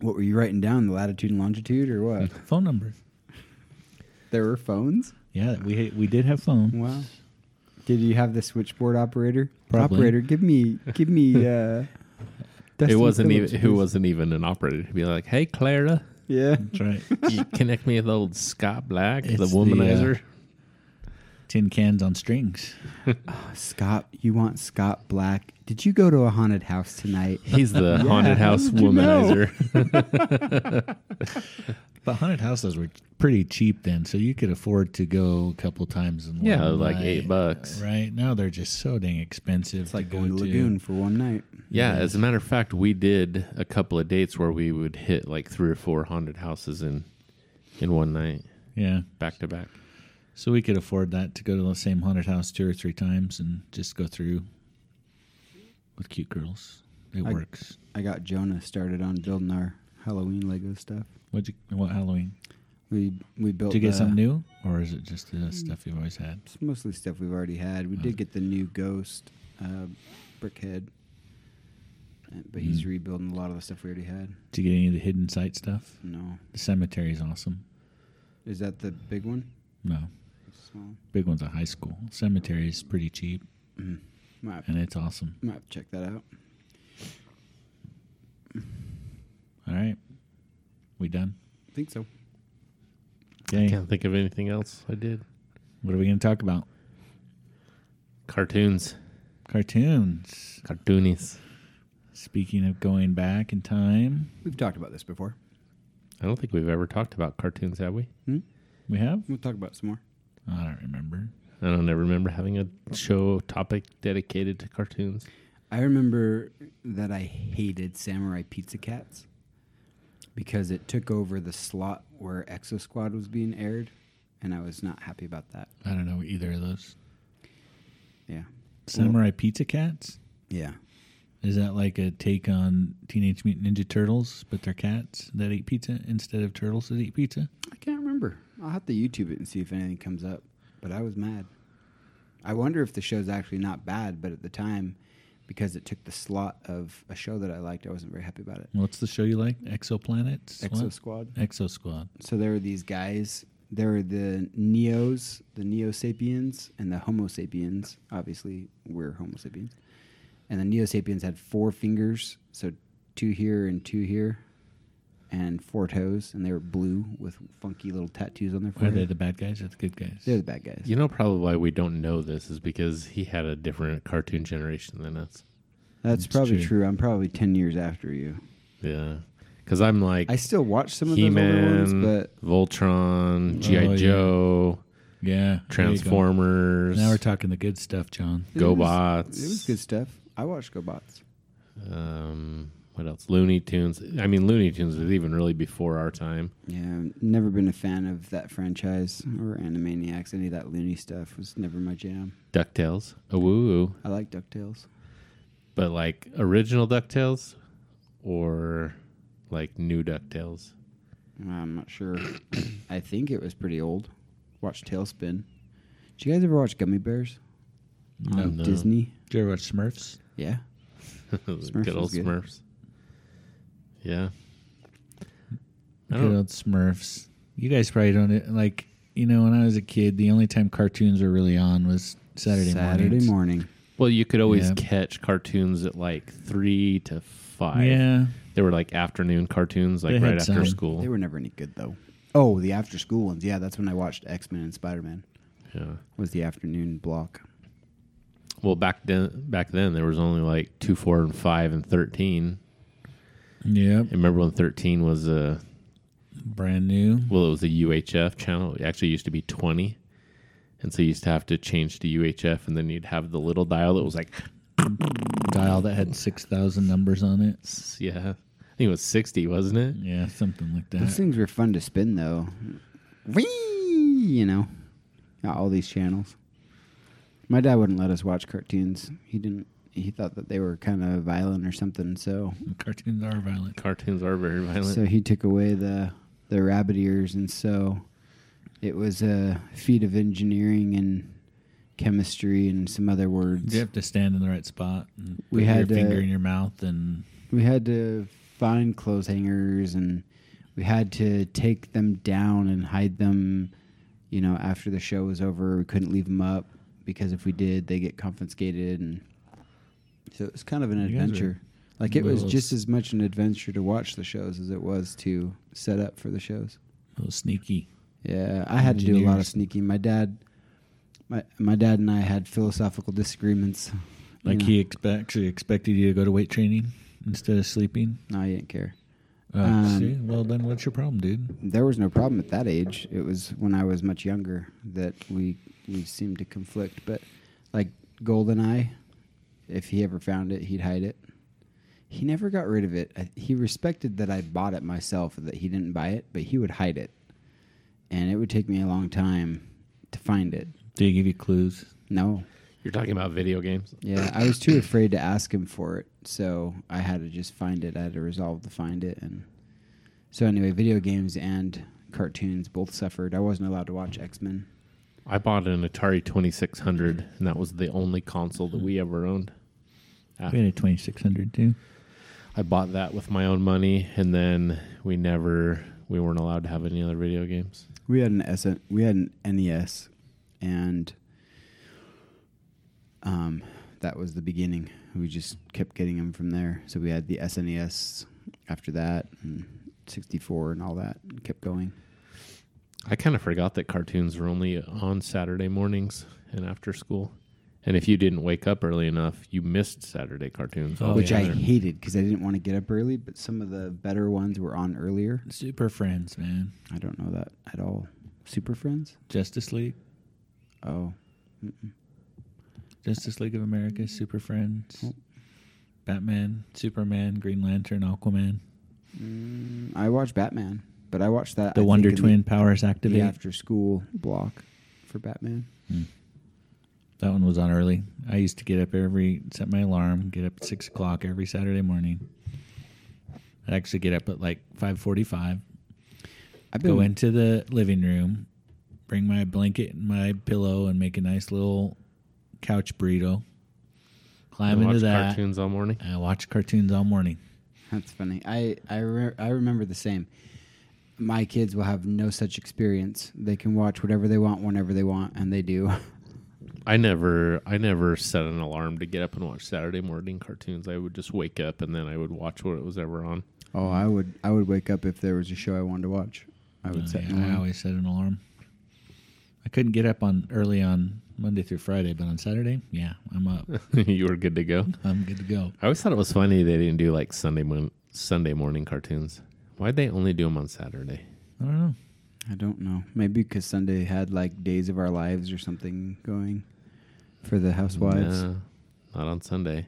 Speaker 3: What were you writing down? The latitude and longitude, or what?
Speaker 2: Phone numbers.
Speaker 3: there were phones.
Speaker 2: Yeah, we we did have phone.
Speaker 3: Wow. Did you have the switchboard operator?
Speaker 2: Probably.
Speaker 3: Operator, give me give me uh,
Speaker 4: it
Speaker 3: Dustin
Speaker 4: wasn't
Speaker 3: Phillips
Speaker 4: even who
Speaker 3: was-
Speaker 4: wasn't even an operator to be like, "Hey, Clara,
Speaker 3: Yeah.
Speaker 2: That's right.
Speaker 4: you connect me with old Scott Black, the
Speaker 2: It's the, uh,
Speaker 4: womanizer."
Speaker 2: Tin cans on strings.
Speaker 3: Uh, Scott, you want Scott Black? Did you go to a haunted house tonight?
Speaker 4: He's the haunted house
Speaker 3: did you know?
Speaker 4: womanizer.
Speaker 2: But haunted houses were pretty cheap then, so you could afford to go a couple times. In
Speaker 4: Yeah,
Speaker 2: one
Speaker 4: Uh, like
Speaker 2: night,
Speaker 4: eight bucks.
Speaker 2: Right now, they're just so dang expensive.
Speaker 3: It's like
Speaker 2: to
Speaker 3: going to
Speaker 2: go
Speaker 3: Lagoon for one night.
Speaker 4: Yeah, as a matter of fact, we did a couple of dates where we would hit like three or four haunted houses in in one night,
Speaker 2: Yeah,
Speaker 4: back to back.
Speaker 2: so we could afford that to go to the same haunted house two or three times and just go through with cute girls. It
Speaker 3: I-
Speaker 2: works.
Speaker 3: I got Jonah started on building our Halloween Lego stuff.
Speaker 2: What you? What Halloween?
Speaker 3: We we built.
Speaker 2: Did you get
Speaker 3: the-
Speaker 2: something new, or is it just the stuff you've always had?
Speaker 3: It's mostly stuff we've already had. We did get the new ghost uh, brickhead, Uh, but he's rebuilding a lot of the stuff we already had.
Speaker 2: Did you get any of the hidden site stuff?
Speaker 3: No,
Speaker 2: The cemetery is awesome.
Speaker 3: is that the big one?
Speaker 2: No,
Speaker 3: Small.
Speaker 2: big one's a high school. Cemetery is pretty cheap,
Speaker 3: Might have,
Speaker 2: and it's awesome.
Speaker 3: might have to check that out.
Speaker 2: All right, we done.
Speaker 3: I think so.
Speaker 2: Okay,
Speaker 4: Can't think of anything else I did.
Speaker 2: what are we going to talk about?
Speaker 4: Cartoons,
Speaker 2: Cartoons.
Speaker 4: cartoonies.
Speaker 2: Speaking of going back in time,
Speaker 3: We've talked about this before.
Speaker 4: I don't think we've ever talked about cartoons, have we?
Speaker 2: we have.
Speaker 3: We'll talk about it some more.
Speaker 2: I don't remember.
Speaker 4: I don't ever remember having a show topic dedicated to cartoons.
Speaker 3: I remember that I hated Samurai Pizza Cats because it took over the slot where Exo Squad was being aired, and I was not happy about that.
Speaker 2: I don't know either of those.
Speaker 3: Yeah.
Speaker 2: Samurai Pizza Cats.
Speaker 3: Yeah.
Speaker 2: Is that like a take on Teenage Mutant Ninja Turtles, but they're cats that eat pizza instead of turtles that eat pizza?
Speaker 3: I can't remember. I'll have to YouTube it and see if anything comes up. But I was mad. I wonder if the show's actually not bad, but at the time, because it took the slot of a show that I liked, I wasn't very happy about it.
Speaker 2: What's the show you like? Exoplanets.
Speaker 3: Exo Squad.
Speaker 2: Exo Squad.
Speaker 3: So there were these guys. There were the Neos, the Neo Sapiens, and the Homo Sapiens. Obviously, we're Homo Sapiens. And the Neo Sapiens had four fingers, so two here and two here, and four toes, and they were blue with funky little tattoos on their
Speaker 2: Are they
Speaker 3: forehead.
Speaker 2: the bad guys or the good guys?
Speaker 3: They're the bad guys.
Speaker 4: You know, probably why we don't know this is because he had a different cartoon generation than us.
Speaker 3: That's
Speaker 2: It's
Speaker 3: probably
Speaker 2: true.
Speaker 3: true. I'm probably ten years after you.
Speaker 4: Yeah, because I'm like
Speaker 3: I still watch some of
Speaker 4: He
Speaker 3: those older
Speaker 4: Man,
Speaker 3: ones,
Speaker 4: Voltron,
Speaker 2: Oh,
Speaker 4: GI
Speaker 2: yeah.
Speaker 4: Joe,
Speaker 2: yeah. there you go.
Speaker 4: Transformers,
Speaker 2: Now we're talking the good stuff, John.
Speaker 3: but it was-
Speaker 4: GoBots.
Speaker 3: It was good stuff. I watched GoBots.
Speaker 4: Um, what else? Looney Tunes. I mean, Looney Tunes was even really before our time.
Speaker 3: Yeah, never been a fan of that franchise or Animaniacs. Any of that loony stuff was never my jam.
Speaker 4: Ducktales. Oh, woo, woo.
Speaker 3: I like Ducktales.
Speaker 4: but like original Ducktales or like new Ducktales.
Speaker 3: I'm not sure. I think it was pretty old. Watched Tailspin. Did you guys ever watch Gummy Bears on
Speaker 4: No.
Speaker 3: Disney?
Speaker 2: Did you ever watch Smurfs?
Speaker 3: Yeah. Smurfs
Speaker 4: good old
Speaker 3: was good.
Speaker 4: Smurfs. Yeah. I
Speaker 2: Good
Speaker 3: Oh.
Speaker 4: don't-
Speaker 2: old Smurfs. You guys probably don't e, like. You know, when I was a kid, the only time cartoons were really on was Saturday,
Speaker 3: Saturday
Speaker 2: mornings.
Speaker 3: morning.
Speaker 4: Well, you could always
Speaker 2: Yeah.
Speaker 4: catch cartoons at like three to five.
Speaker 2: Yeah,
Speaker 4: They were like afternoon cartoons, like
Speaker 2: They
Speaker 4: right
Speaker 2: had
Speaker 4: after
Speaker 2: some.
Speaker 4: school.
Speaker 3: They were never any good though. Oh, the after school ones. Yeah, that's when I watched X Men and Spider Man.
Speaker 4: yeah.
Speaker 3: Was the afternoon block.
Speaker 4: Well, back then, back then there was only like two, four, and five, and thirteen.
Speaker 2: yeah,
Speaker 4: I remember when thirteen was a
Speaker 2: brand new.
Speaker 4: well, it was a UHF channel. It actually used to be twenty, and so you used to have to change to UHF, and then you'd have the little dial that was like,
Speaker 2: dial that had 6,000 numbers on it.
Speaker 4: yeah, I think it was sixty, wasn't it?
Speaker 2: Yeah, something like
Speaker 3: Those
Speaker 2: that.
Speaker 3: things were fun to spin though. Whee! You know, Not all these channels. My dad wouldn't let us watch cartoons. He didn't. He thought that they were kind of violent or something. So,
Speaker 2: Cartoons are violent.
Speaker 4: Cartoons are very violent.
Speaker 3: so he took away the the rabbit ears, and so it was a feat of engineering and chemistry and some other words.
Speaker 2: You have to stand in the right spot and
Speaker 3: We
Speaker 2: put
Speaker 3: had,
Speaker 2: your finger
Speaker 3: uh,
Speaker 2: in your mouth and
Speaker 3: We had to find clothes hangers and we had to take them down and hide them, you know, after the show was over. We couldn't leave them up because if we did, they get confiscated. And so it was kind of an
Speaker 2: You guys are-
Speaker 3: adventure. Like it was
Speaker 2: Well,
Speaker 3: just as much an adventure to watch the shows as it was to set up for the shows.
Speaker 2: A little sneaky.
Speaker 3: Yeah, I had to do a lot of
Speaker 2: Engineers.
Speaker 3: sneaking. My dad, my my dad and I had philosophical disagreements. you
Speaker 2: Like
Speaker 3: know.
Speaker 2: he expects, he expected you to go to weight training instead of sleeping.
Speaker 3: no, I didn't care.
Speaker 2: Uh,
Speaker 3: Um,
Speaker 2: see, well then, what's your problem, dude?
Speaker 3: There was no problem at that age. It was when I was much younger that we we seemed to conflict. But like Goldeneye, if he ever found it, he'd hide it. He never got rid of it. I- He respected that I bought it myself, that he didn't buy it, but he would hide it, and it would take me a long time to find it.
Speaker 2: Did he give you clues?
Speaker 3: No,
Speaker 4: You're talking about video games.
Speaker 3: Yeah, I was too afraid to ask him for it, so I had to just find it. I had to resolve to find it, and so anyway, video games and cartoons both suffered. I wasn't allowed to watch X Men.
Speaker 4: I bought an Atari 2600, and that was the only console that we ever owned.
Speaker 3: uh,
Speaker 4: Uh,
Speaker 2: We had a twenty six hundred too.
Speaker 4: I bought that with my own money, and then we never, we weren't allowed to have any other video games.
Speaker 3: We had an S. We had an NES, and um, that was the beginning. We just kept getting them from there. So we had the SNES after that, and 64, and all that, and kept going.
Speaker 4: I kind of forgot that cartoons were only on Saturday mornings and after school. And if you didn't wake up early enough, you missed Saturday cartoons.
Speaker 2: Oh,
Speaker 3: which
Speaker 2: yeah.
Speaker 3: I hated because I didn't want to get up early, but some of the better ones were on earlier.
Speaker 2: Super Friends, man.
Speaker 3: I don't know that at all. Super Friends?
Speaker 2: Justice League,
Speaker 3: Oh,
Speaker 2: Justice League of America, Super
Speaker 3: Oh.
Speaker 2: Friends, Batman, Superman, Green Lantern, Aquaman,
Speaker 3: mm, I watched Batman, but I watched that
Speaker 2: the
Speaker 3: I
Speaker 2: Wonder
Speaker 3: think, in
Speaker 2: Twin powers
Speaker 3: the,
Speaker 2: activate.
Speaker 3: after school block for Batman.
Speaker 2: That one was on early. I used to get up every set my alarm, get up at six o'clock every Saturday morning. I'd actually get up at like five forty five,
Speaker 3: I've been
Speaker 2: go into the living room, bring my blanket and my pillow and make a nice little couch burrito. Climb
Speaker 4: You
Speaker 2: into
Speaker 4: watch
Speaker 2: that.
Speaker 4: cartoons all morning.
Speaker 2: I watch cartoons all morning.
Speaker 3: That's funny. I I, re- I remember the same. My kids will have no such experience. They can watch whatever they want, whenever they want, and they do.
Speaker 4: I never, I never set an alarm to get up and watch Saturday morning cartoons. I would just wake up and then I would watch what it was ever on.
Speaker 3: oh, I would I would wake up if there was a show I wanted to watch. I would
Speaker 2: Oh,
Speaker 3: set.
Speaker 2: yeah,
Speaker 3: an
Speaker 4: Mm-hmm.
Speaker 2: I
Speaker 3: alarm.
Speaker 2: always set an alarm. I couldn't get up on early on Monday through Friday, but on Saturday, yeah, I'm up.
Speaker 4: you were good to go.
Speaker 2: I'm good to go.
Speaker 4: I always thought it was funny they didn't do like Sunday mon- Sunday morning cartoons. Why'd they only do them on Saturday?
Speaker 2: I don't know.
Speaker 3: I don't know. Maybe because Sunday had like Days of Our Lives or something going for the housewives.
Speaker 4: No, not on Sunday.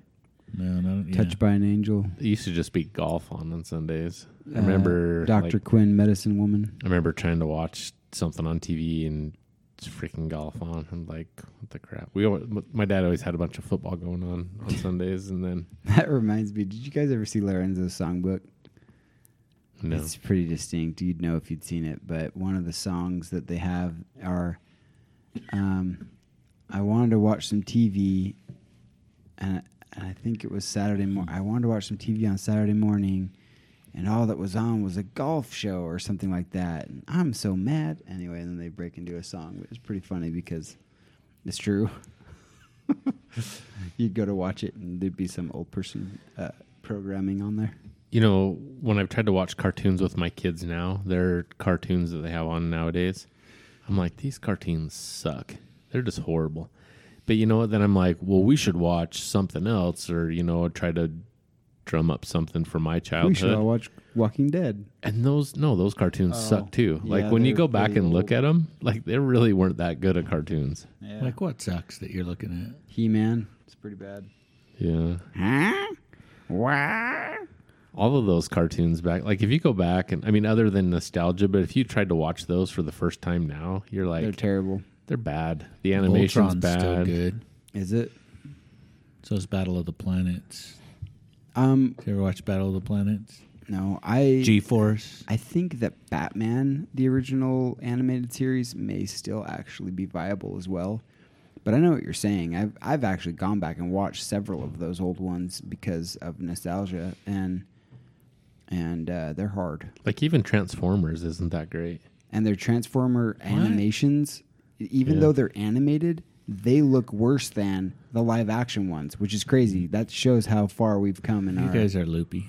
Speaker 2: No, no, yeah.
Speaker 3: Touched by an Angel.
Speaker 4: It used to just be golf on on Sundays. I
Speaker 3: Uh,
Speaker 4: remember
Speaker 3: Dr.
Speaker 4: like,
Speaker 3: Quinn, Medicine Woman.
Speaker 4: I remember trying to watch something on TV and it's freaking golf on. I'm like, what the crap? We always, my dad always had a bunch of football going on on Sundays, and then
Speaker 3: That reminds me. Did you guys ever see Lorenzo's songbook?
Speaker 4: no,
Speaker 3: It's pretty distinct. You'd know if you'd seen it, but one of the songs that they have are um, I wanted to watch some TV, and I, and I think it was Saturday morning. I wanted to watch some TV on Saturday morning, and all that was on was a golf show or something like that. And I'm so mad. Anyway, and then they break into a song, which is pretty funny because it's true. you'd go to watch it, and there'd be some old person uh, programming on there.
Speaker 4: you know, when I've tried to watch cartoons with my kids now, their cartoons that they have on nowadays, I'm like, these cartoons suck. They're just horrible. But you know what? Then I'm like, well, we should watch something else, or you know, try to drum up something for my childhood.
Speaker 3: We should all watch Walking Dead.
Speaker 4: And those no, those cartoons suck too.
Speaker 3: yeah,
Speaker 4: Like when you
Speaker 3: they're
Speaker 4: go back
Speaker 3: pretty
Speaker 4: and look at them, like they really weren't that good at cartoons.
Speaker 3: Yeah.
Speaker 2: Like what sucks that you're looking at?
Speaker 3: He Man. It's pretty bad.
Speaker 4: Yeah.
Speaker 3: Huh?
Speaker 4: All of those cartoons back like if you go back and I mean other than nostalgia, but if you tried to watch those for the first time now, you're like
Speaker 3: They're
Speaker 4: they're,
Speaker 3: terrible.
Speaker 4: bad. The animation's
Speaker 2: Voltron's
Speaker 4: bad.
Speaker 2: still good.
Speaker 3: Is it?
Speaker 2: So it's Battle of the Planets.
Speaker 3: Um,
Speaker 2: You ever watch Battle of the Planets?
Speaker 3: no. I
Speaker 2: G Force.
Speaker 3: I think that Batman, the original animated series, may still actually be viable as well. But I know what you're saying. I've I've actually gone back and watched several of those old ones because of nostalgia and and uh, they're hard.
Speaker 4: Like even Transformers isn't that great.
Speaker 3: and their Transformer animations, even
Speaker 4: Yeah.
Speaker 3: though they're animated, they look worse than the live action ones, which is crazy. That shows how far we've come in
Speaker 2: You
Speaker 3: our
Speaker 2: guys are loopy.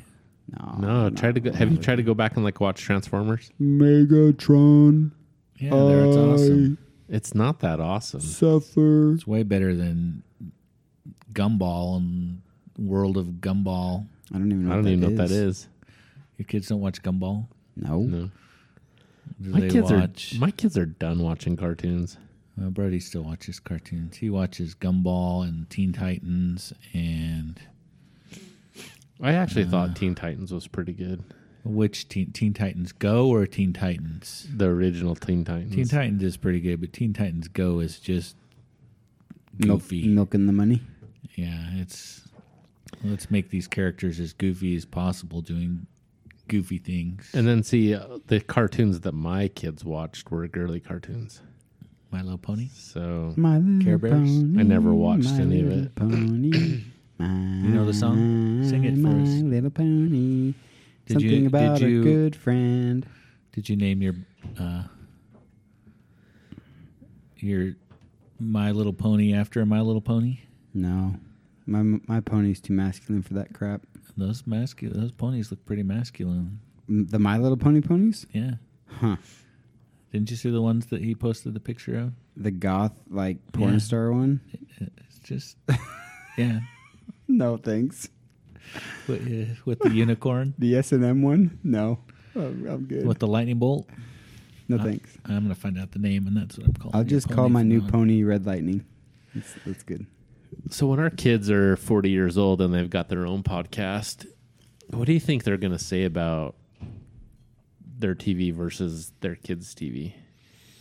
Speaker 3: no,
Speaker 2: Oh,
Speaker 4: No, try to go. Have you tried to go back and like watch Transformers?
Speaker 3: Megatron.
Speaker 2: Yeah, there it's
Speaker 4: Um,
Speaker 2: awesome.
Speaker 4: It's not that awesome.
Speaker 3: Suffer.
Speaker 2: It's way better than Gumball and World of Gumball.
Speaker 3: I don't even know.
Speaker 4: I don't even know what that is.
Speaker 2: Your kids don't watch Gumball.
Speaker 3: No.
Speaker 4: No,
Speaker 2: Do
Speaker 4: my
Speaker 2: they
Speaker 4: kids
Speaker 2: watch?
Speaker 4: are my kids are done watching cartoons.
Speaker 2: Uh, Brody still watches cartoons. He watches Gumball and Teen Titans and
Speaker 4: I actually
Speaker 2: Ah.
Speaker 4: thought Teen Titans was pretty good.
Speaker 2: which Teen, Teen Titans Go or Teen Titans?
Speaker 4: The original Teen Titans.
Speaker 2: Teen Titans is pretty good, but Teen Titans Go is just
Speaker 3: Milk,
Speaker 2: goofy.
Speaker 3: milking the money.
Speaker 2: Yeah, it's let's make these characters as goofy as possible, doing goofy things.
Speaker 4: and then see uh, the cartoons that my kids watched were girly cartoons.
Speaker 2: My Little Pony.
Speaker 4: So
Speaker 3: My little
Speaker 2: Care Bears?
Speaker 3: pony,
Speaker 4: I never watched
Speaker 3: my
Speaker 4: any of
Speaker 3: little
Speaker 4: it.
Speaker 3: Pony, my,
Speaker 2: know the song? Sing it for
Speaker 3: my
Speaker 2: us.
Speaker 3: little pony.
Speaker 2: Did
Speaker 3: Something
Speaker 2: you- did
Speaker 3: about
Speaker 2: you-
Speaker 3: a good friend.
Speaker 2: Did you name your uh, your My Little Pony after My Little Pony?
Speaker 3: No, my my pony's too masculine for that crap.
Speaker 2: Those masculine. Those ponies look pretty masculine.
Speaker 3: M- The My Little Pony ponies,
Speaker 2: Yeah.
Speaker 3: huh?
Speaker 2: Didn't you see the ones that he posted the picture of?
Speaker 3: The goth like porn
Speaker 2: Yeah.
Speaker 3: star one.
Speaker 2: It's just, yeah,
Speaker 3: No thanks.
Speaker 2: with, uh, with the unicorn,
Speaker 3: The S and M one. No, oh, I'm good.
Speaker 2: with the lightning bolt.
Speaker 3: no thanks.
Speaker 2: I'm gonna find out the name, and that's what I'm calling.
Speaker 3: I'll
Speaker 2: Uh, your
Speaker 3: just
Speaker 2: pony
Speaker 3: call my
Speaker 2: from
Speaker 3: new
Speaker 2: now on.
Speaker 3: pony Red Lightning. That's, that's good.
Speaker 4: So when our kids are 40 years old and they've got their own podcast, what do you think they're going to say about their TV versus their kids' TV?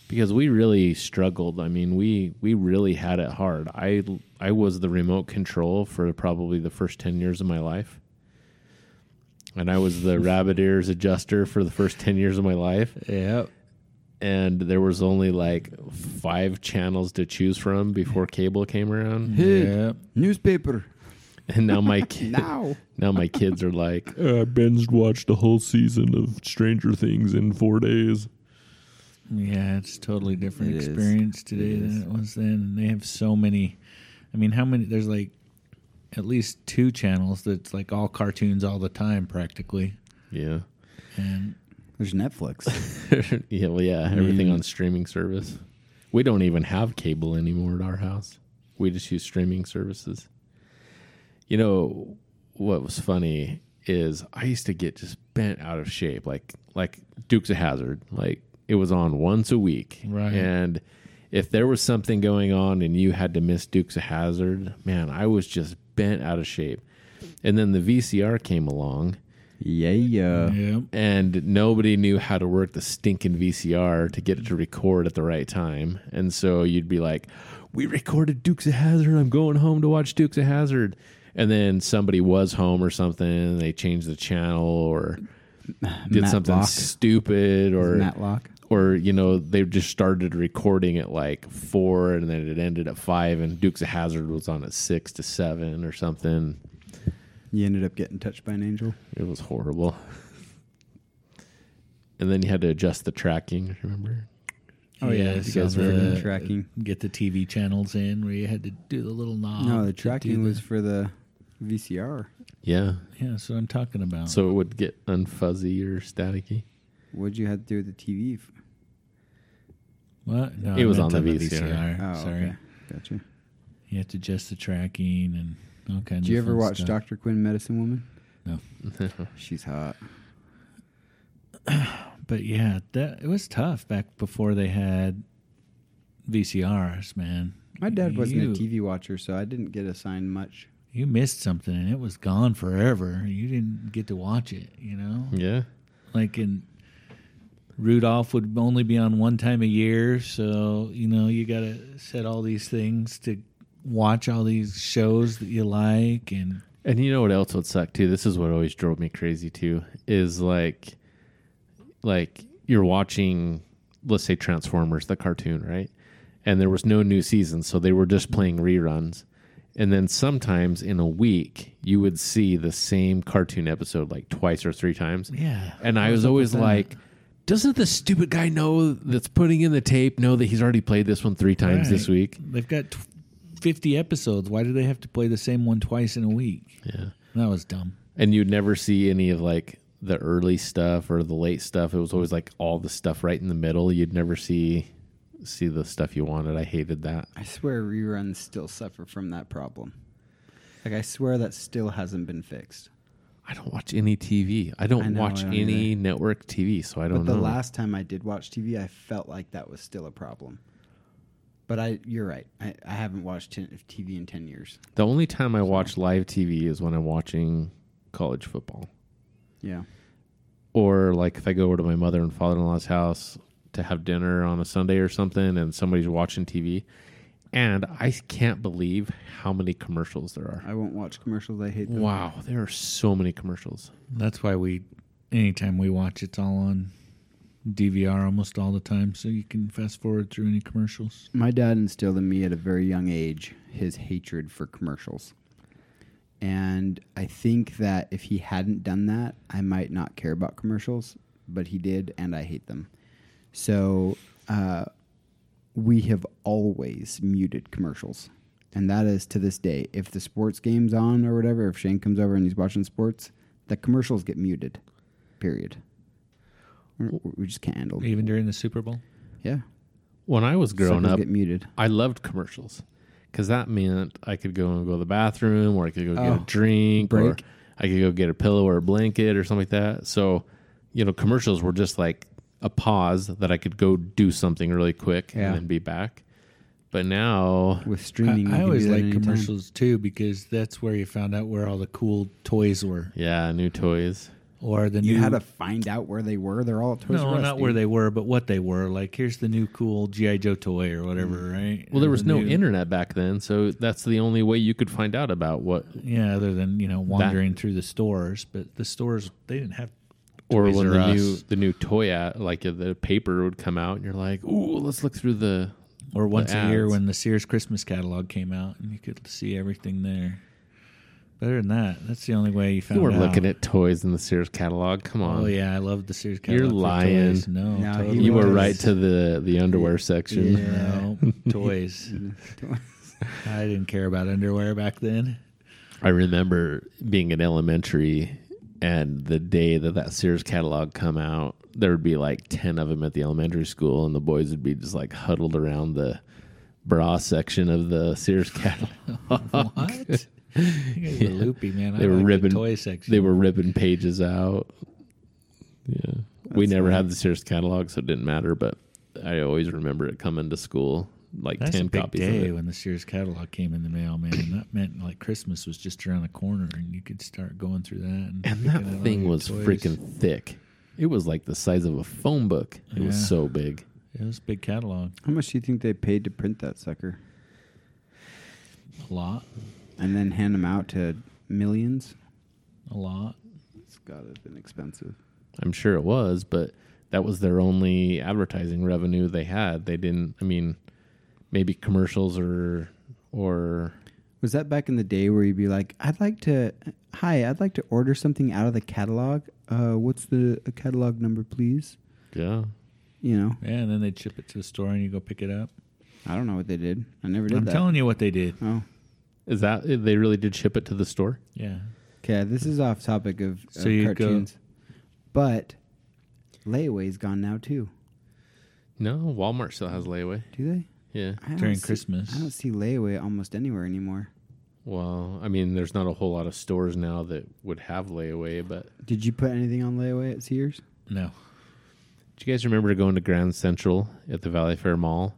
Speaker 4: Because we really struggled. I mean, we we really had it hard. I I was the remote control for probably the first 10 years of my life. And I was the rabbit ears adjuster for the first 10 years of my life
Speaker 2: Yep.
Speaker 4: and there was only like 5 channels to choose from before cable came around.
Speaker 2: Yep.
Speaker 3: Newspaper
Speaker 4: And now my ki-
Speaker 3: now.
Speaker 4: now my kids are like,
Speaker 5: I binge watched uh, the whole season of Stranger Things in four days.
Speaker 2: Yeah, it's totally different
Speaker 3: It is.
Speaker 2: experience today than it was then. And they have so many. I mean, how many? There's like at least two channels that's like all cartoons all the time, practically.
Speaker 4: yeah,
Speaker 2: And
Speaker 3: There's Netflix.
Speaker 4: yeah, well, yeah, everything on streaming service. We don't even have cable anymore at our house. We just use streaming services. You know what was funny is I used to get just bent out of shape, like like Dukes of Hazard. Like it was on once a week,
Speaker 2: Right.
Speaker 4: And if there was something going on and you had to miss Dukes of Hazard, man, I was just bent out of shape. And then the VCR came along,
Speaker 3: yeah, yeah.
Speaker 2: yeah,
Speaker 4: and nobody knew how to work the stinking VCR to get it to record at the right time. And so you'd be like, "We recorded Dukes of Hazard. I'm going home to watch Dukes of Hazard." And then somebody was home or something. And they changed the channel or did
Speaker 3: Matt
Speaker 4: something
Speaker 3: Block.
Speaker 4: stupid or
Speaker 3: Matlock.
Speaker 4: or you know they just started recording at like four and then it ended at five and Dukes of Hazard was on at six to seven or something.
Speaker 3: You ended up getting touched by an angel.
Speaker 4: It was horrible. And then you had to adjust the tracking, remember?
Speaker 3: Oh, yeah,
Speaker 2: You
Speaker 3: you
Speaker 2: so
Speaker 3: guys
Speaker 2: the,
Speaker 3: were doing tracking.
Speaker 2: Get the TV channels in where you had to do the little knob.
Speaker 3: no,
Speaker 2: to
Speaker 3: the
Speaker 2: do
Speaker 3: tracking
Speaker 2: uh, the-
Speaker 3: was for the VCR.
Speaker 4: Yeah.
Speaker 2: Yeah, that's what I'm talking about.
Speaker 4: So it would get unfuzzy or staticky.
Speaker 3: What'd you have to do with the TV? f-
Speaker 2: what? No,
Speaker 4: It
Speaker 2: I
Speaker 4: was
Speaker 2: meant
Speaker 4: on the
Speaker 3: Oh,
Speaker 2: Sorry,
Speaker 3: okay. Gotcha.
Speaker 2: you had to adjust the tracking and all kinds.
Speaker 3: Did you
Speaker 2: of
Speaker 3: ever
Speaker 2: fun
Speaker 3: watch
Speaker 2: stuff.
Speaker 3: Dr. Quinn Medicine Woman?
Speaker 2: No.
Speaker 3: She's hot.
Speaker 2: But yeah, that it was tough back before they had VCRs, man.
Speaker 3: My dad wasn't
Speaker 2: You-
Speaker 3: a TV watcher, so I didn't get assigned much.
Speaker 2: You missed something and it was gone forever. You didn't get to watch it, you know?
Speaker 4: Yeah.
Speaker 2: Like in Rudolph would only be on one time a year, so you know, you got to set all these things to watch all these shows that you like and
Speaker 4: And you know what else would suck too? This is what always drove me crazy too, is like like you're watching let's say Transformers, the cartoon, right? And there was no new season, so they were just playing reruns. And then sometimes in a week you would see the same cartoon episode like twice or three times.
Speaker 2: yeah.
Speaker 4: And I
Speaker 2: What's
Speaker 4: was
Speaker 2: up
Speaker 4: always
Speaker 2: with that?
Speaker 4: like, doesn't the stupid guy know that's putting in the tape know that he's already played this one three times this
Speaker 2: Right.
Speaker 4: week?
Speaker 2: They've got tw- 50 episodes. Why do they have to play the same one twice in a week?
Speaker 4: Yeah.
Speaker 2: That was dumb.
Speaker 4: And you'd never see any of like the early stuff or the late stuff. It was always like all the stuff right in the middle. You'd never see see the stuff you wanted. I hated that.
Speaker 3: I swear reruns still suffer from that problem. Like I swear that still hasn't been fixed.
Speaker 4: I don't watch any TV. I don't
Speaker 3: I know,
Speaker 4: watch
Speaker 3: I don't
Speaker 4: any network TV, so I don't
Speaker 3: But the
Speaker 4: know.
Speaker 3: last time I did watch TV, I felt like that was still a problem. But I, you're right. I, I haven't watched 10, TV in ten years.
Speaker 4: the only time I watch live TV is when I'm watching college football.
Speaker 3: Yeah,
Speaker 4: or like if I go over to my mother and father in law's house to have dinner on a Sunday or something, and somebody's watching TV, and I can't believe how many commercials there are.
Speaker 3: I won't watch commercials. I hate them.
Speaker 4: Wow, there are so many commercials.
Speaker 2: That's why we, anytime we watch, it's all on DVR almost all the time. So you can fast forward through any commercials.
Speaker 3: My dad instilled in me at a very young age his hatred for commercials. And I think that if he hadn't done that, I might not care about commercials, but he did, and I hate them. So uh, we have always muted commercials. And that is to this day. If the sports game's on or whatever, if Shane comes over and he's watching sports, the commercials get muted, period. We we just can't handle them.
Speaker 2: Even during the Super Bowl?
Speaker 3: Yeah.
Speaker 4: When I was growing
Speaker 3: Suckers
Speaker 4: up,
Speaker 3: get muted.
Speaker 4: I loved commercials because that meant I could go and go to the bathroom, or I could go get
Speaker 3: Oh,
Speaker 4: a drink, or
Speaker 3: break.
Speaker 4: I could go get a pillow or a blanket or something like that. So, you know, commercials were just like a pause that I could go do something really quick
Speaker 3: Yeah.
Speaker 4: and then be back. But now,
Speaker 3: With streaming,
Speaker 2: I, I
Speaker 3: you can
Speaker 2: always
Speaker 3: do that
Speaker 2: like
Speaker 3: anytime.
Speaker 2: commercials too because that's where you found out where all the cool toys were
Speaker 4: yeah, new toys.
Speaker 2: or the
Speaker 3: You
Speaker 2: new.
Speaker 3: had to find out where they were. They're all at Toys
Speaker 2: no,
Speaker 3: R Us,
Speaker 2: not where
Speaker 3: dude.
Speaker 2: they were, but what they were. Like, here's the new cool GI Joe toy or whatever, right?
Speaker 4: Mm. Well, there was no
Speaker 2: internet.
Speaker 4: internet back then, so that's the only way you could find out about what
Speaker 2: Yeah, other than you know wandering through the stores, but the stores they didn't have.
Speaker 4: or
Speaker 2: Toys
Speaker 4: when
Speaker 2: R
Speaker 4: the
Speaker 2: Us.
Speaker 4: new the new toy at like uh, the paper would come out, and you're like, "Ooh, let's look through the."
Speaker 2: Or once a year
Speaker 4: ads.
Speaker 2: when the Sears Christmas catalog came out, and you could see everything there. Better than that, that's the only way you found.
Speaker 4: You were
Speaker 2: out.
Speaker 4: looking at toys in the Sears catalog. Come on,
Speaker 2: Oh yeah, I loved the Sears catalog.
Speaker 4: You're
Speaker 2: for
Speaker 4: lying.
Speaker 2: toys. No,
Speaker 3: No,
Speaker 2: totally.
Speaker 4: you were
Speaker 3: was.
Speaker 4: right to the the underwear section.
Speaker 3: Yeah.
Speaker 2: No toys. I didn't care about underwear back then.
Speaker 4: I remember being in elementary, and the day that that Sears catalog come out, there would be like ten of them at the elementary school, and the boys would be just like huddled around the bra section of the Sears catalog.
Speaker 2: What? You guys were loopy, man. I
Speaker 4: They were
Speaker 2: liked the
Speaker 4: ribbon-
Speaker 2: toy section.
Speaker 4: they were ripping pages out.
Speaker 5: Yeah.
Speaker 4: we never had the Sears catalog, so it didn't matter. But I always remember it coming to school, like
Speaker 2: That's
Speaker 4: ten
Speaker 2: a big
Speaker 4: copies
Speaker 2: day
Speaker 4: of it.
Speaker 2: when the Sears catalog came in the mail, man. And that meant like Christmas was just around the corner, and you could start going through that. And, picking
Speaker 4: And that
Speaker 2: out all
Speaker 4: thing
Speaker 2: your
Speaker 4: was
Speaker 2: toys.
Speaker 4: freaking thick. It was like the size of a phone book. It
Speaker 2: Yeah.
Speaker 4: was so big.
Speaker 2: It was a big catalog.
Speaker 3: How much do you think they paid to print that sucker
Speaker 2: A lot,
Speaker 3: and then hand them out to millions?
Speaker 2: a lot.
Speaker 3: It's got to have been expensive.
Speaker 4: I'm sure it was, but that was their only advertising revenue they had. They didn't. I mean, maybe commercials or or
Speaker 3: Was that back in the day where you'd be like, "I'd like to, hi, I'd like to order something out of the catalog. Uh, what's the uh, catalog number, please?"
Speaker 4: yeah.
Speaker 3: You know,
Speaker 2: Yeah, and then they'd ship it to the store, and you go pick it up.
Speaker 3: I don't know what they did. I never did
Speaker 2: I'm
Speaker 3: that.
Speaker 2: telling you what they did.
Speaker 3: oh,
Speaker 4: Is that they really did ship it to the store?
Speaker 2: Yeah,
Speaker 3: okay. This is off topic of, of
Speaker 2: So you'd go-
Speaker 3: cartoons, but layaway's gone now too.
Speaker 4: No, Walmart still has layaway.
Speaker 3: Do they?
Speaker 4: Yeah.
Speaker 3: I don't
Speaker 2: During
Speaker 3: see-
Speaker 2: Christmas.
Speaker 3: I don't see layaway almost anywhere anymore.
Speaker 4: Well, I mean, there's not a whole lot of stores now that would have layaway, but
Speaker 3: Did you put anything on layaway at Sears?
Speaker 2: no,
Speaker 4: do you guys remember going to Grand Central at the Valley Fair Mall?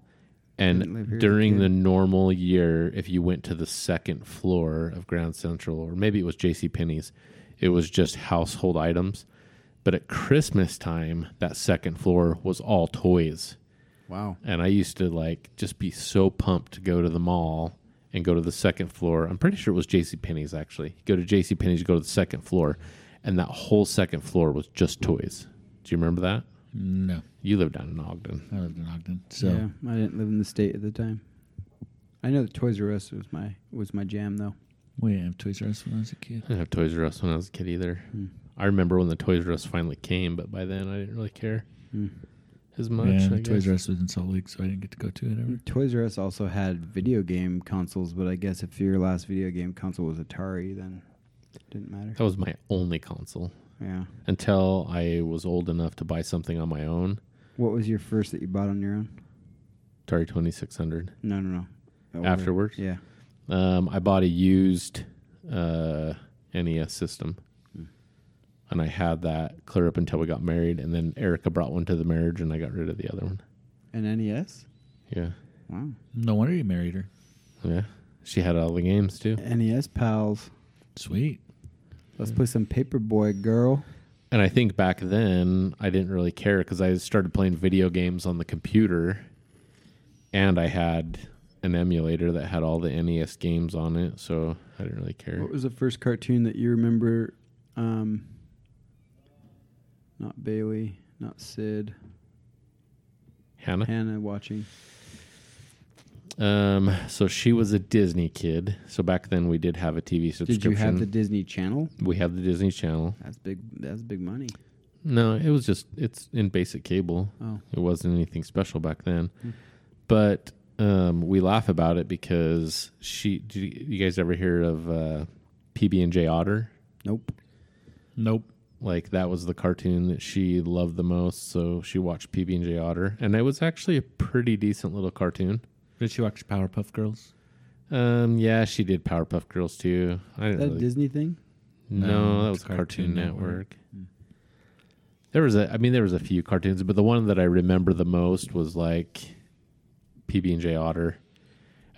Speaker 3: Didn't live here
Speaker 4: And
Speaker 3: as a
Speaker 4: during
Speaker 3: kid.
Speaker 4: the normal year, if you went to the second floor of Grand Central, or maybe it was J.C. Penney's, it was just household items. But at Christmas time, that second floor was all toys.
Speaker 3: Wow.
Speaker 4: and I used to like just be so pumped to go to the mall and go to the second floor. I'm pretty sure it was J.C. Penney's actually. Go to J.C. Penney's, go to the second floor, and that whole second floor was just toys. Do you remember that?
Speaker 2: no.
Speaker 4: You lived down in Ogden.
Speaker 2: I lived in Ogden, so
Speaker 3: Yeah, I didn't live in the state at the time. I know that Toys R Us was my was my jam though.
Speaker 2: we didn't have Toys R Us when I was a kid.
Speaker 4: I didn't
Speaker 3: Hmm.
Speaker 4: have Toys R Us when I was a kid either. I remember when the Toys R Us finally came, but by then I didn't really care.
Speaker 3: Hmm.
Speaker 4: as much.
Speaker 2: yeah,
Speaker 4: I guess.
Speaker 2: Toys R Us was in Salt Lake, so I didn't get to go to it ever.
Speaker 3: Toys R Us also had video game consoles, but I guess if your last video game console was Atari, then it didn't matter.
Speaker 2: Oh.
Speaker 4: That was my only console
Speaker 3: Yeah.
Speaker 4: until I was old enough to buy something on my own.
Speaker 3: What was your first that you bought on your own?
Speaker 4: Atari Twenty Six Hundred.
Speaker 3: No,
Speaker 2: Oh,
Speaker 3: no, no. Over-
Speaker 4: Afterwards,
Speaker 3: Yeah.
Speaker 4: um, I bought a used uh, NES system,
Speaker 2: Hmm.
Speaker 4: and I had that clear up until we got married. And then Erica brought one to the marriage, and I got rid of the other one.
Speaker 3: An NES?
Speaker 4: Yeah,
Speaker 3: Wow.
Speaker 2: Mm, No wonder you married her.
Speaker 4: yeah. She had all the games too,
Speaker 3: NES E pals.
Speaker 2: Sweet.
Speaker 3: Let's play some Paperboy Girl.
Speaker 4: and I think back then I didn't really care because I started playing video games on the computer, and I had an emulator that had all the NES games on it, so I didn't really care.
Speaker 3: What was the first cartoon that you remember? Um, not Bailey, not Sid,
Speaker 4: Hannah.
Speaker 3: Hannah watching.
Speaker 4: Um, so she was a Disney kid. So back then we did have a TV
Speaker 3: Did you
Speaker 4: subscription.
Speaker 3: have the Disney Channel?
Speaker 4: we have the Disney Channel.
Speaker 3: That's big. That's big money.
Speaker 4: No, it was just it's in basic cable.
Speaker 3: Oh,
Speaker 4: It wasn't anything special back then.
Speaker 3: Hmm.
Speaker 4: But um, we laugh about it because she. Did you you guys ever hear of uh, PB and J Otter?
Speaker 3: nope.
Speaker 2: Nope.
Speaker 4: Like that was the cartoon that she loved the most. So she watched PB and J Otter, and it was actually a pretty decent little cartoon.
Speaker 2: Did she watch Powerpuff Girls?
Speaker 4: Um, yeah, she did Powerpuff Girls too. I didn't
Speaker 3: Is that
Speaker 4: really
Speaker 3: a Disney thing?
Speaker 4: No,
Speaker 2: No,
Speaker 4: that was
Speaker 2: it's
Speaker 4: Cartoon,
Speaker 2: Cartoon
Speaker 4: Network.
Speaker 2: Network.
Speaker 4: There was a, I mean, there was a few cartoons, but the one that I remember the most was like PB and J Otter,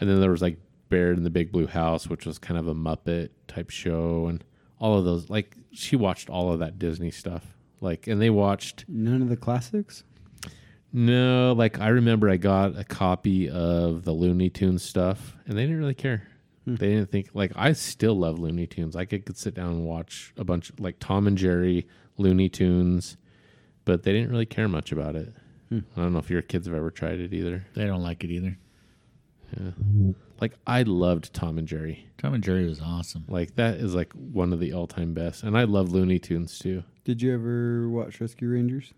Speaker 4: and then there was like Bear in the Big Blue House, which was kind of a Muppet type show, and all of those. Like she watched all of that Disney stuff. Like, and they watched
Speaker 3: None of the classics.
Speaker 4: no, like I remember I got a copy of the Looney Tunes stuff, and they didn't really care. They didn't think like I still love Looney Tunes. I could, could sit down and watch a bunch like Tom and Jerry, Looney Tunes, but they didn't really care much about it. I don't know if your kids have ever tried it either.
Speaker 2: They don't like it either.
Speaker 4: Like I loved Tom and Jerry.
Speaker 2: Tom and Jerry was awesome.
Speaker 4: Like that is like one of the all time best, and I love Looney Tunes too.
Speaker 3: Did you ever watch Rescue Rangers?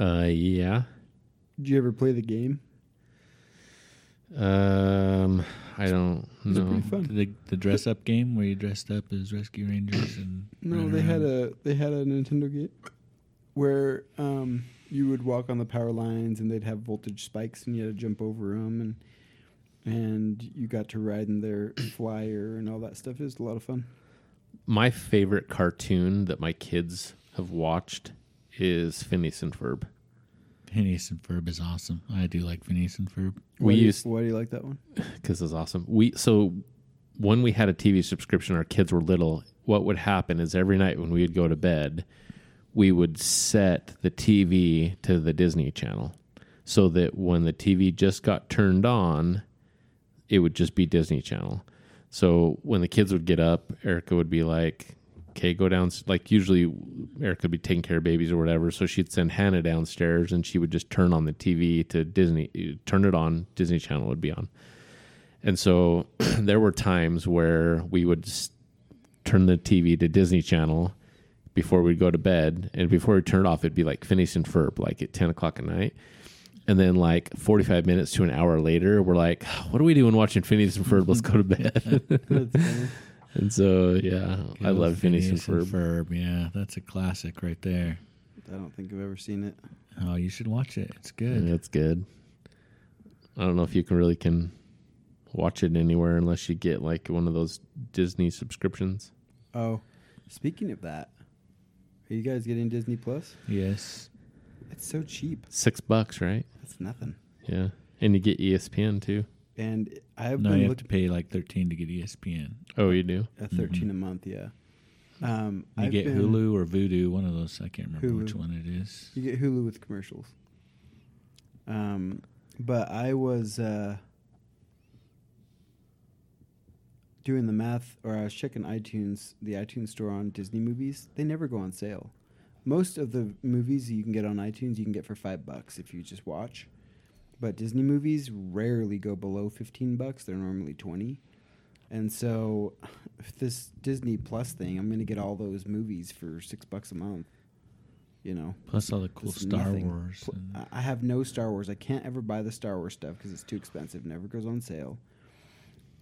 Speaker 4: Uh, yeah.
Speaker 3: Did you ever play the game?
Speaker 4: Um, I don't know.
Speaker 3: Pretty fun.
Speaker 2: The, the dress up game where you dressed up as Rescue Rangers and
Speaker 3: No,
Speaker 2: ran
Speaker 3: they had
Speaker 2: around.
Speaker 3: a they had a Nintendo game where um, you would walk on the power lines and they'd have voltage spikes and you had to jump over them and and you got to ride in their flyer and all that stuff. It was a lot of fun.
Speaker 4: my favorite cartoon that my kids have watched is Phineas and Ferb.
Speaker 2: Phineas and Ferb is awesome. I do like Phineas and Ferb.
Speaker 4: We
Speaker 3: why
Speaker 4: used
Speaker 3: do you, why do you like that one?
Speaker 4: because it's awesome. We so when we had a TV subscription, our kids were little. What would happen is every night when we would go to bed, we would set the TV to the Disney Channel, so that when the TV just got turned on, it would just be Disney Channel. So when the kids would get up, Erica would be like, "Okay, go down." Like usually, Erica would be taking care of babies or whatever, so she'd send Hannah downstairs, and she would just turn on the TV to Disney, turn it on. Disney Channel would be on, and so there were times where we would s- turn the TV to Disney Channel before we'd go to bed, and before we turn it off, it'd be like Phineas and Ferb, like at ten o'clock at night. And then, like forty-five minutes to an hour later, we're like, "What are we doing watching Phineas and Ferb? Let's go to bed." and so, yeah, I love Phineas, and Ferb.
Speaker 2: Ferb. Yeah, that's a classic right there.
Speaker 3: I don't think I've ever seen it.
Speaker 2: Oh, you should watch it. It's good.
Speaker 4: Yeah, that's good. I don't know if you can really can watch it anywhere unless you get like one of those Disney subscriptions.
Speaker 3: Oh, speaking of that, are you guys getting Disney Plus?
Speaker 2: Yes.
Speaker 3: It's so cheap.
Speaker 4: Six bucks, right?
Speaker 3: It's nothing.
Speaker 4: Yeah, and you get E ESPN too.
Speaker 3: And I've
Speaker 2: No,
Speaker 3: been
Speaker 2: you have to
Speaker 3: looking
Speaker 2: pay like thirteen to get E ESPN.
Speaker 4: Oh, you do.
Speaker 3: at 13 a month. Yeah. Um,
Speaker 2: Mm-hmm. You
Speaker 3: I've
Speaker 2: get
Speaker 3: been-
Speaker 2: Hulu or Voodoo, one of those. I can't remember which
Speaker 3: Hulu.
Speaker 2: one it is.
Speaker 3: You get Hulu with commercials. Um, but I was uh, doing the math, or I was checking iTunes, the iTunes store on Disney movies. They never go on sale. Most of the movies that you can get on iTunes, you can get for five bucks if you just watch. But Disney movies rarely go below fifteen bucks. They're normally twenty. And so, if this Disney Plus thing, I'm going to get all those movies for six bucks a month. you know.
Speaker 2: Plus all the cool
Speaker 3: it's
Speaker 2: Star
Speaker 3: nothing.
Speaker 2: Wars.
Speaker 3: Pl-
Speaker 2: and-
Speaker 3: I- I have no Star Wars. I can't ever buy the Star Wars stuff because it's too expensive. Never goes on sale.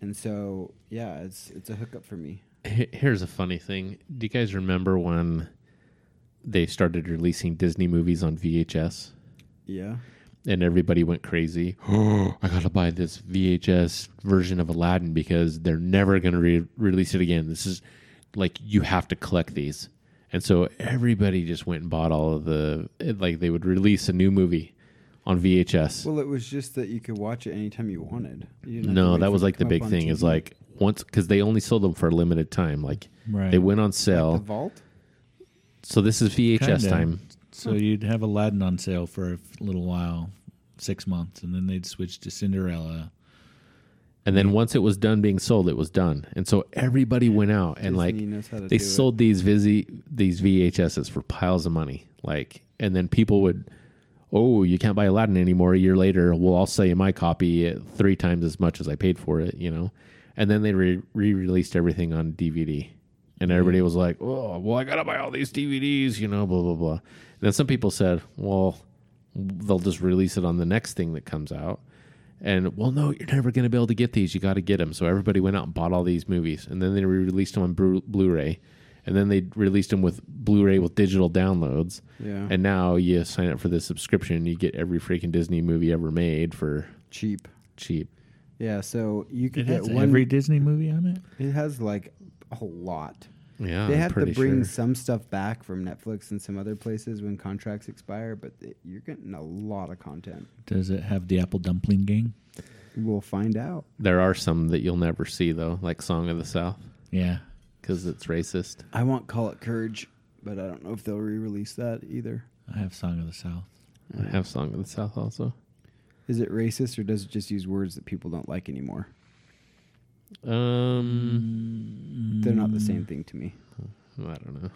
Speaker 3: And so, yeah, it's it's a hookup for me.
Speaker 4: He- Here's a funny thing. Do you guys remember when they started releasing Disney movies on VHS
Speaker 3: Yeah.
Speaker 4: and everybody went crazy? I got to buy this VHS version of Aladdin because they're never going to re- release it again. This is like you have to collect these. And so everybody just went and bought all of the it- like they would release a new movie on VHS.
Speaker 3: Well, it was just that you could watch it anytime you wanted. You didn't have to
Speaker 4: no,
Speaker 3: wait
Speaker 4: that
Speaker 3: for it
Speaker 4: was
Speaker 3: to
Speaker 4: like the
Speaker 3: come up
Speaker 4: big
Speaker 3: on
Speaker 4: thing is
Speaker 3: TV.
Speaker 4: like once cuz they only sold them for a limited time like
Speaker 2: Right.
Speaker 4: they went on
Speaker 3: Like
Speaker 4: sale.
Speaker 3: the vault.
Speaker 4: So this is VHS
Speaker 2: Kinda.
Speaker 4: time.
Speaker 2: So you'd have Aladdin on sale for a f- little while, six months, and then they'd switch to Cinderella.
Speaker 4: And
Speaker 3: Mm.
Speaker 4: then once it was done being sold, it was done. And so everybody went out and
Speaker 3: Disney knows how to
Speaker 4: like they
Speaker 3: do it.
Speaker 4: sold these visi these VHSs for piles of money. Like and then people would oh, you can't buy Aladdin anymore a year later. Well, I'll sell you my copy at three times as much as I paid for it, you know. And then they re released everything on DVD. And everybody was like, "Oh, well, I gotta buy all these DVDs," you know, blah blah blah. And then some people said, "Well, they'll just release it on the next thing that comes out." And well, no, you're never going to be able to get these. You got to get them. So everybody went out and bought all these movies, and then they released them on Blu- Blu-ray, and then they released them with Blu-ray with digital downloads.
Speaker 3: Yeah.
Speaker 4: And now you sign up for this subscription, you get every freaking Disney movie ever made for
Speaker 3: cheap.
Speaker 4: cheap.
Speaker 3: Yeah, so you could
Speaker 2: It
Speaker 3: get
Speaker 2: has
Speaker 3: one.
Speaker 2: every Disney movie on it.
Speaker 3: it has like a lot.
Speaker 4: Yeah,
Speaker 3: they
Speaker 4: I'm
Speaker 3: have to
Speaker 4: pretty
Speaker 3: bring
Speaker 4: sure.
Speaker 3: some stuff back from Netflix and some other places when contracts expire, but th- you're getting a lot of content.
Speaker 2: Does it have the Apple Dumpling Gang?
Speaker 3: We'll find out.
Speaker 4: There are some that you'll never see though, like Song of the South,
Speaker 2: Yeah.
Speaker 4: because it's racist.
Speaker 3: I want Call It Courage, but I don't know if they'll re-release that either.
Speaker 2: I have Song of the South.
Speaker 4: I have Song of the South also.
Speaker 3: Is it racist or does it just use words that people don't like anymore?
Speaker 4: Um,
Speaker 2: Mm.
Speaker 3: They're not the same thing to me.
Speaker 4: I don't know.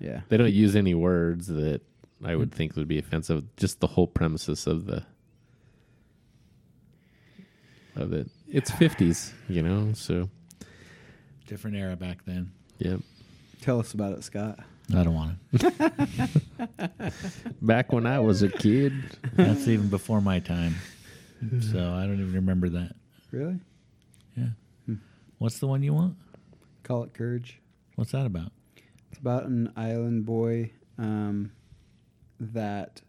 Speaker 3: Yeah.
Speaker 4: They don't use any words that I would think would be offensive. Just the whole premises of the of it. It's fifties, you know. So
Speaker 2: Different era back then.
Speaker 4: yeah.
Speaker 3: Tell us about it, Scott.
Speaker 2: I don't want it.
Speaker 4: Back when I was a kid,
Speaker 2: That's even before my time. So I don't even remember that.
Speaker 3: Really?
Speaker 2: Yeah.
Speaker 3: Hmm.
Speaker 2: What's the one you want?
Speaker 3: Call It Courage.
Speaker 2: What's that about?
Speaker 3: It's about an island boy um, that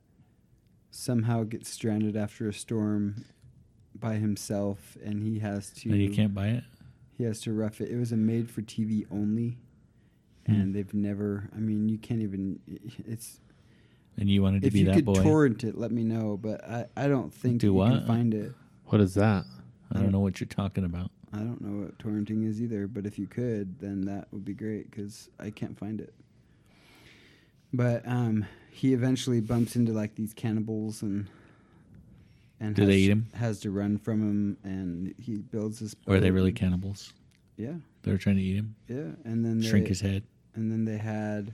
Speaker 3: somehow gets stranded after a storm by himself, and he has to
Speaker 2: And you can't buy it?
Speaker 3: he has to rough it. It was a made for TV only,
Speaker 2: Hmm.
Speaker 3: and they've never. I mean, you can't even. It's
Speaker 2: And you wanted to
Speaker 3: if
Speaker 2: be
Speaker 3: you
Speaker 2: that
Speaker 3: could
Speaker 2: boy?
Speaker 3: torrent it, let me know. But I, I don't think
Speaker 2: Do
Speaker 3: you
Speaker 2: what?
Speaker 3: can find it.
Speaker 4: what is that?
Speaker 2: I don't know what you're talking about.
Speaker 3: I don't know what torrenting is either, but if you could, then that would be great because I can't find it. But um, he eventually bumps into like these cannibals and and
Speaker 2: Do
Speaker 3: has,
Speaker 2: they eat him?
Speaker 3: Has to run from him, and he builds this.
Speaker 2: Or are they really
Speaker 3: boat.
Speaker 2: cannibals?
Speaker 3: Yeah,
Speaker 2: They were trying to eat him,
Speaker 3: yeah, and then they,
Speaker 2: shrink his head.
Speaker 3: and then they had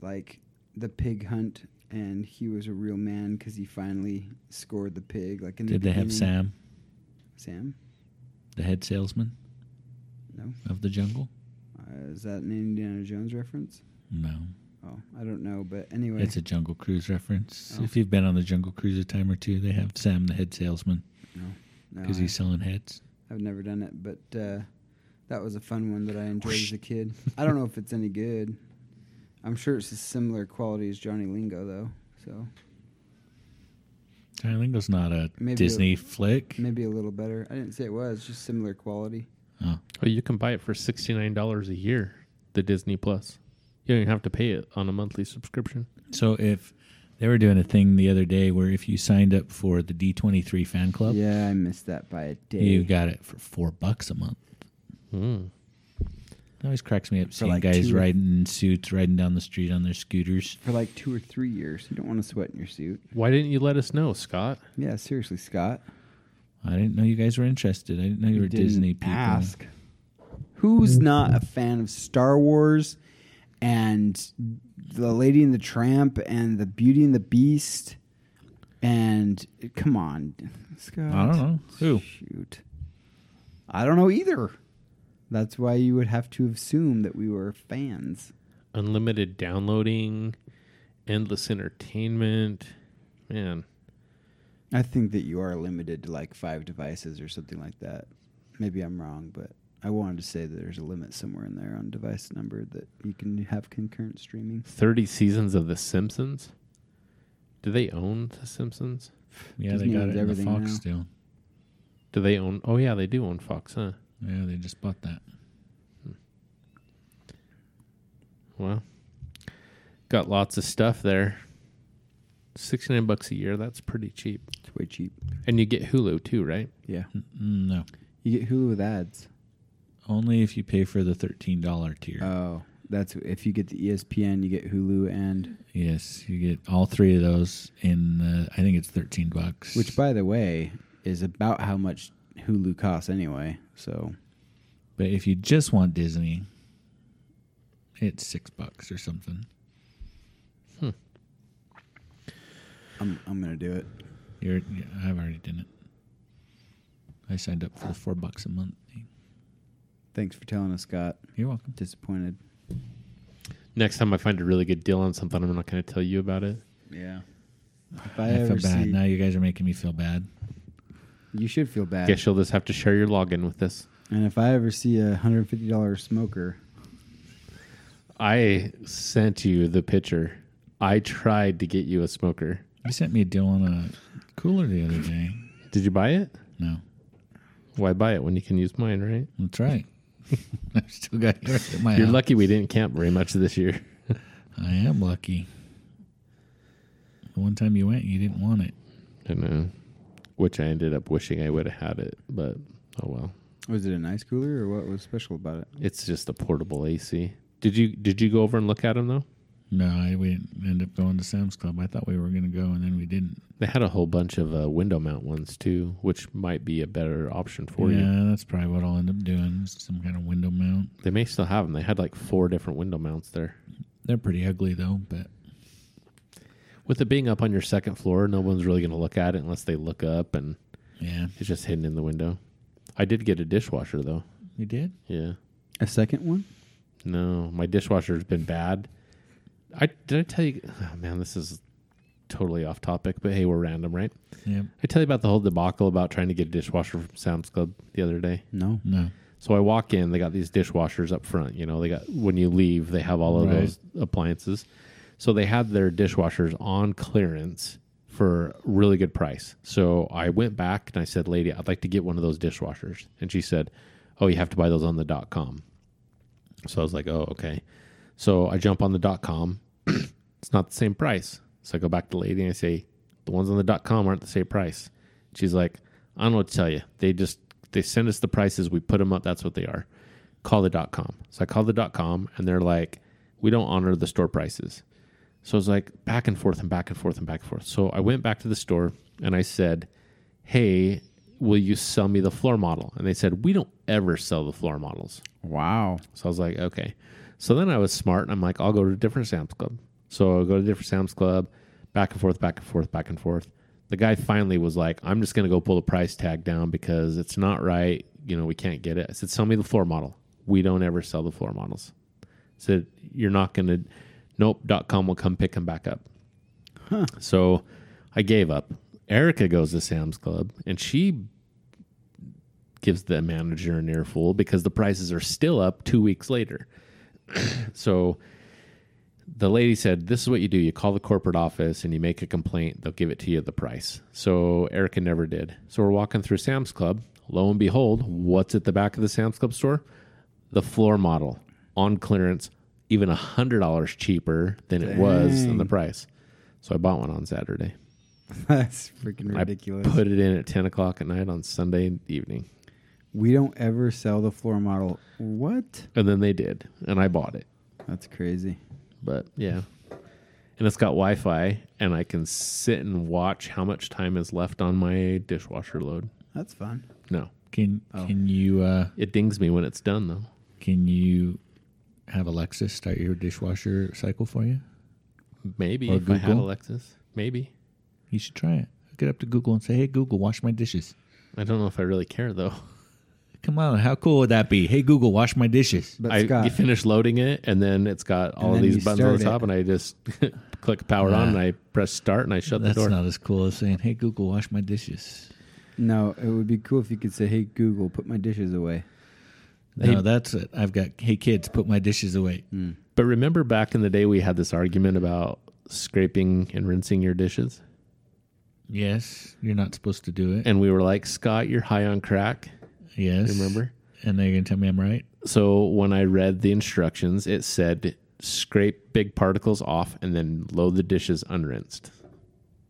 Speaker 3: like the pig hunt, and he was a real man because he finally scored the pig. Like in the
Speaker 2: Did they have
Speaker 3: beginning-
Speaker 2: Sam,
Speaker 3: Sam?
Speaker 2: the head salesman
Speaker 3: No,
Speaker 2: of the jungle?
Speaker 3: uh, is that an Indiana Jones reference?
Speaker 2: No.
Speaker 3: Oh, I don't know, but anyway,
Speaker 2: It's a Jungle Cruise reference.
Speaker 3: Oh.
Speaker 2: If you've been on the Jungle Cruise a time or two, they have Sam, the head salesman,
Speaker 3: no,
Speaker 2: because
Speaker 3: I,
Speaker 2: he's selling heads.
Speaker 3: I've never done it, but uh, that was a fun one that I enjoyed as a kid. I don't know if it's any good. I'm sure it's a similar quality as Johnny Lingo, though. So
Speaker 2: Johnny Lingo's not a
Speaker 3: Maybe
Speaker 2: Disney flick.
Speaker 3: maybe a little better. I didn't say it was just similar quality.
Speaker 2: Oh,
Speaker 4: Oh, you can buy it for sixty nine dollars a year. The Disney Plus. You don't even have to pay it on a monthly subscription.
Speaker 2: So if they were doing a thing the other day where if you signed up for the D23 fan club,
Speaker 3: Yeah, I missed that by a day.
Speaker 2: you got it for four bucks a month.
Speaker 4: Hmm.
Speaker 2: It always cracks me up seeing
Speaker 3: like
Speaker 2: guys
Speaker 3: two or-
Speaker 2: riding in suits, riding down the street on their scooters.
Speaker 3: for like two or three years. You don't want to sweat in your suit.
Speaker 4: Why didn't you let us know, Scott?
Speaker 3: Yeah, seriously, Scott.
Speaker 2: I didn't know you guys were interested. I didn't know you, were
Speaker 3: didn't
Speaker 2: Disney people. Mm-hmm.
Speaker 3: Ask who's not a fan of Star Wars and the Lady and the Tramp and the Beauty and the Beast and come on, Scott.
Speaker 2: I don't know. Who?
Speaker 3: Shoot, I don't know either. That's why you would have to assume that we were fans.
Speaker 4: unlimited downloading endless entertainment. Man,
Speaker 3: I think that you are limited to like five devices or something like that. Maybe I'm wrong, but I wanted to say that there's a limit somewhere in there on device number that you can have concurrent streaming.
Speaker 4: thirty seasons of The Simpsons. Do they own The Simpsons?
Speaker 2: Yeah,
Speaker 3: Disney
Speaker 2: they got
Speaker 3: owns
Speaker 2: it in the
Speaker 3: everything
Speaker 2: Fox
Speaker 3: now.
Speaker 2: still.
Speaker 4: Do they own? Oh yeah, they do own Fox, huh?
Speaker 2: Yeah, they just bought that.
Speaker 4: Well, got lots of stuff there. Sixty nine bucks a year. That's pretty cheap,
Speaker 3: It's way cheap.
Speaker 4: and you get Hulu too, right?
Speaker 3: Yeah,
Speaker 2: Mm, no,
Speaker 3: you get Hulu with ads.
Speaker 2: only if you pay for the thirteen dollar tier.
Speaker 3: Oh, that's if you get the E ESPN, you get Hulu and
Speaker 2: yes, you get all three of those in. The, I think it's thirteen bucks.
Speaker 3: which, by the way, is about how much Hulu costs anyway. So
Speaker 2: but if you just want Disney, it's six bucks or something.
Speaker 3: I'm I'm gonna do it.
Speaker 2: You're, yeah, I've already done it. I signed up for the four bucks a month. thing.
Speaker 3: Thanks for telling us, Scott.
Speaker 2: You're welcome.
Speaker 3: Disappointed.
Speaker 4: Next time I find a really good deal on something, I'm not going to tell you about it.
Speaker 3: Yeah. If
Speaker 2: I,
Speaker 3: I, ever
Speaker 2: feel bad.
Speaker 3: see,
Speaker 2: Now you guys are making me feel bad.
Speaker 3: you should feel bad.
Speaker 4: Guess you'll just have to share your login with us.
Speaker 3: And if I ever see a hundred fifty dollar smoker,
Speaker 4: I sent you the picture. I tried to get you a smoker.
Speaker 2: You sent me a deal on a cooler the other day.
Speaker 4: Did you buy it?
Speaker 2: No,
Speaker 4: Why buy it when you can use mine, right?
Speaker 2: that's right. I've still got yours at my
Speaker 4: You're
Speaker 2: house.
Speaker 4: lucky we didn't camp very much this year.
Speaker 2: I am lucky. The one time you went, you didn't want it.
Speaker 4: I know. Which I ended up wishing I would have had it, but oh well.
Speaker 3: was it an ice cooler or what was special about it?
Speaker 4: It's just a portable AC. Did you did you go over and look at them though?
Speaker 2: No, I, we didn't end up going to Sam's Club. I thought we were going to go, and then we didn't.
Speaker 4: They had a whole bunch of uh, window mount ones too, which might be a better option for
Speaker 2: yeah,
Speaker 4: you.
Speaker 2: that's probably what I'll end up doing. is Some kind of window mount.
Speaker 4: They may still have them. They had like four different window mounts there.
Speaker 2: They're pretty ugly though, but
Speaker 4: With it being up on your second floor, no one's really going to look at it unless they look up and
Speaker 2: yeah,
Speaker 4: It's just hidden in the window. I did get a dishwasher though.
Speaker 2: you did.
Speaker 4: Yeah.
Speaker 3: A second one?
Speaker 4: No, my dishwasher's been bad. I did I tell you oh man, this is totally off topic, but hey, we're random, right?
Speaker 2: Yep.
Speaker 4: I tell you about the whole debacle about trying to get a dishwasher from Sam's Club the other day.
Speaker 3: No.
Speaker 2: No.
Speaker 4: So I walk in, they got these dishwashers up front, you know, they got when you leave, they have all of
Speaker 2: Right.
Speaker 4: those appliances. So they had their dishwashers on clearance for a really good price. So I went back and I said, "Lady, I'd like to get one of those dishwashers." And she said, "Oh, you have to buy those on the dot .com." So I was like, "Oh, okay." So I jump on the dot .com. it's not the same price. So I go back to the lady and I say, "The ones on the dot .com aren't the same price." She's like, "I don't know what to tell you. They just they send us the prices, we put them up. That's what they are." Call the dot .com. So I call the dot .com and they're like, "We don't honor the store prices." So I was like back and forth and back and forth and back and forth. So I went back to the store and I said, "Hey, will you sell me the floor model?" And they said, "We don't ever sell the floor models."
Speaker 3: Wow.
Speaker 4: So I was like, okay. So then I was smart and I'm like, I'll go to a different Sam's Club. So I go to a different Sam's Club, back and forth, back and forth, back and forth. The guy finally was like, I'm just going to go pull the price tag down because it's not right. You know, we can't get it. I said, sell me the floor model. We don't ever sell the floor models. said, you're not going to, nope, dot com will come pick them back up. So I gave up. Erica goes to Sam's Club and she gives the manager an earful because the prices are still up two weeks later. so the lady said, This is what you do. You call the corporate office and you make a complaint. They'll give it to you at the price. So Erica never did. So we're walking through Sam's Club. Lo and behold, what's at the back of the Sam's Club store? The floor model on clearance, even $100 cheaper than it was than the
Speaker 3: Dang.
Speaker 4: price. So I bought one on Saturday.
Speaker 3: That's freaking ridiculous.
Speaker 4: I put it in at 10 o'clock at night on Sunday evening.
Speaker 3: we don't ever sell the floor model. What?
Speaker 4: And then they did. And I bought it.
Speaker 3: That's crazy.
Speaker 4: But yeah. And it's got Wi Fi. And I can sit and watch how much time is left on my dishwasher load.
Speaker 3: That's fun.
Speaker 4: No.
Speaker 2: Can can you uh
Speaker 4: It dings me when it's done, though.
Speaker 2: can you have Alexa start your dishwasher cycle for you?
Speaker 4: Maybe
Speaker 2: Or
Speaker 4: if I had
Speaker 2: Google?
Speaker 4: Alexis. Maybe.
Speaker 2: You should try it. Hook it up to Google and say, "Hey Google, wash my dishes."
Speaker 4: I don't know if I really care, though.
Speaker 2: Come on, how cool would that be? Hey Google, wash my dishes.
Speaker 3: But
Speaker 4: I
Speaker 3: Scott,
Speaker 4: you finish loading it, and then it's got all of
Speaker 3: then you
Speaker 4: these buttons
Speaker 3: start
Speaker 4: on the
Speaker 3: it.
Speaker 4: top, and I just click power on, and I press start, and I shut
Speaker 2: That's
Speaker 4: the door.
Speaker 2: not as cool as saying, "Hey Google, wash my dishes."
Speaker 3: no, it would be cool if you could say, "Hey Google, put my dishes away."
Speaker 2: No, that's it. I've got, "Hey kids, put my dishes away."
Speaker 4: but remember back in the day, we had this argument about scraping and rinsing your dishes,
Speaker 2: Yes, you're not supposed to do it.
Speaker 4: and we were like, Scott, you're high on crack.
Speaker 2: yes,
Speaker 4: Remember?
Speaker 2: And they're gonna tell me I'm right.
Speaker 4: So when I read the instructions, it said scrape big particles off and then load the dishes unrinsed.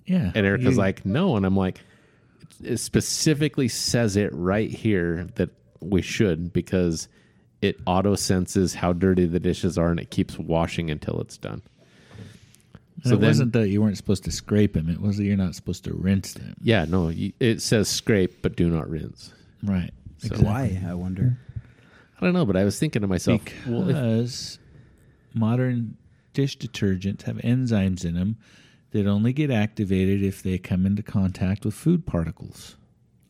Speaker 2: Yeah.
Speaker 4: And Erica's
Speaker 2: You-
Speaker 4: like, no. And I'm like, it specifically says it right here that we should because it auto senses how dirty the dishes are and it keeps washing until it's done.
Speaker 2: And it wasn't that you weren't supposed to scrape them. It was that you're not supposed to rinse them.
Speaker 4: yeah, no, you, it says scrape, but do not rinse.
Speaker 2: Right.
Speaker 4: So
Speaker 3: Why? I wonder.
Speaker 4: I don't know, but I was thinking to myself, well, if,
Speaker 2: Because uh, modern dish detergents have enzymes in them that only get activated if they come into contact with food particles.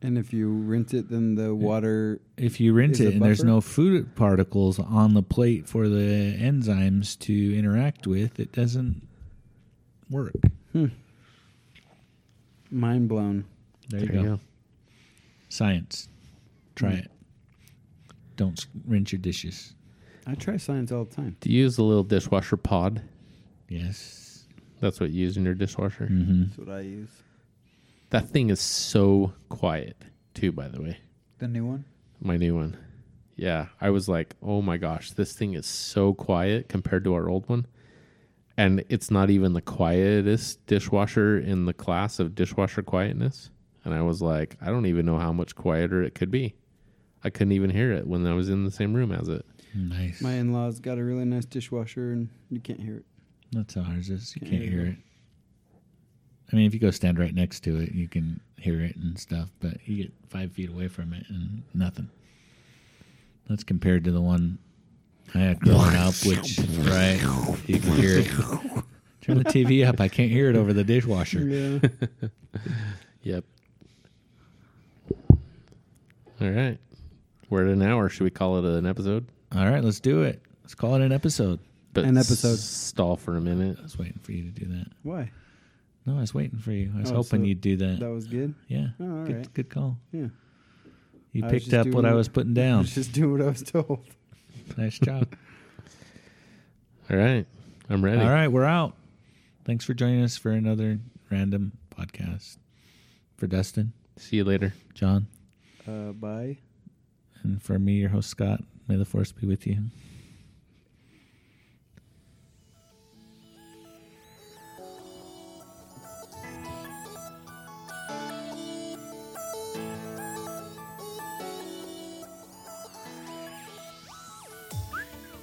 Speaker 3: And if you rinse it, then the water.
Speaker 2: If you rinse
Speaker 3: Is
Speaker 2: it
Speaker 3: a
Speaker 2: and there's
Speaker 3: buffer?
Speaker 2: no food particles on the plate for the enzymes to interact with, it doesn't work.
Speaker 3: Mind blown.
Speaker 2: There,
Speaker 4: there
Speaker 2: you, go. Science. Try it. Don't s- rinse your dishes.
Speaker 3: I try science all the time.
Speaker 4: Do you use the little dishwasher pod?
Speaker 2: Yes.
Speaker 4: That's what you use in your dishwasher.
Speaker 3: That's what I use.
Speaker 4: That thing is so quiet, too, by the way.
Speaker 3: The new one.
Speaker 4: my new one. Yeah, I was like, "Oh my gosh, this thing is so quiet compared to our old one." And it's not even the quietest dishwasher in the class of dishwasher quietness. And I was like, "I don't even know how much quieter it could be." I couldn't even hear it when I was in the same room as it.
Speaker 2: Mm-hmm. Nice.
Speaker 3: My in-laws got a really nice dishwasher, and you can't hear it.
Speaker 2: That's how ours is. You can't hear it. I mean, if you go stand right next to it, you can hear it and stuff, but you get five feet away from it and nothing. That's compared to the one I had growing up, which, right, you can hear it. Turn the TV up. I can't hear it over the dishwasher.
Speaker 3: Yeah.
Speaker 4: Yep. All right. We're at an hour. Should we call it an episode?
Speaker 2: All right, let's do it. Let's call it an episode.
Speaker 4: But
Speaker 3: An episode.
Speaker 4: s- Stall for a minute.
Speaker 2: I was waiting for you to do that.
Speaker 3: Why?
Speaker 2: No, I was waiting for you. I was
Speaker 3: Oh,
Speaker 2: hoping
Speaker 3: so
Speaker 2: you'd do that.
Speaker 3: That was good.
Speaker 2: yeah.
Speaker 3: Oh, all
Speaker 2: good,
Speaker 3: right.
Speaker 2: good call.
Speaker 3: Yeah.
Speaker 2: You
Speaker 3: I was
Speaker 2: picked
Speaker 3: just
Speaker 2: up what
Speaker 3: doing
Speaker 2: I
Speaker 3: what-
Speaker 2: was putting
Speaker 3: I
Speaker 2: down.
Speaker 3: was just doing what I was told.
Speaker 2: nice job.
Speaker 4: All right. I'm ready.
Speaker 2: All right, we're out. Thanks for joining us for another random podcast. For Dustin,
Speaker 4: See you later.
Speaker 2: John,
Speaker 3: Uh, bye.
Speaker 2: and for me, your host Scott. May the force be with you.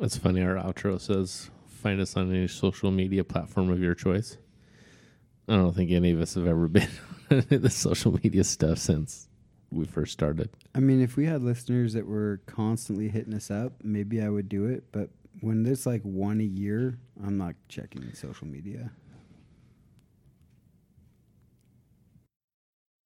Speaker 4: That's funny. Our outro says, "Find us on any social media platform of your choice." I don't think any of us have ever been on the social media stuff since we first started.
Speaker 3: I mean, if we had listeners that were constantly hitting us up, maybe I would do it. But when there's like one a year, I'm not checking social media.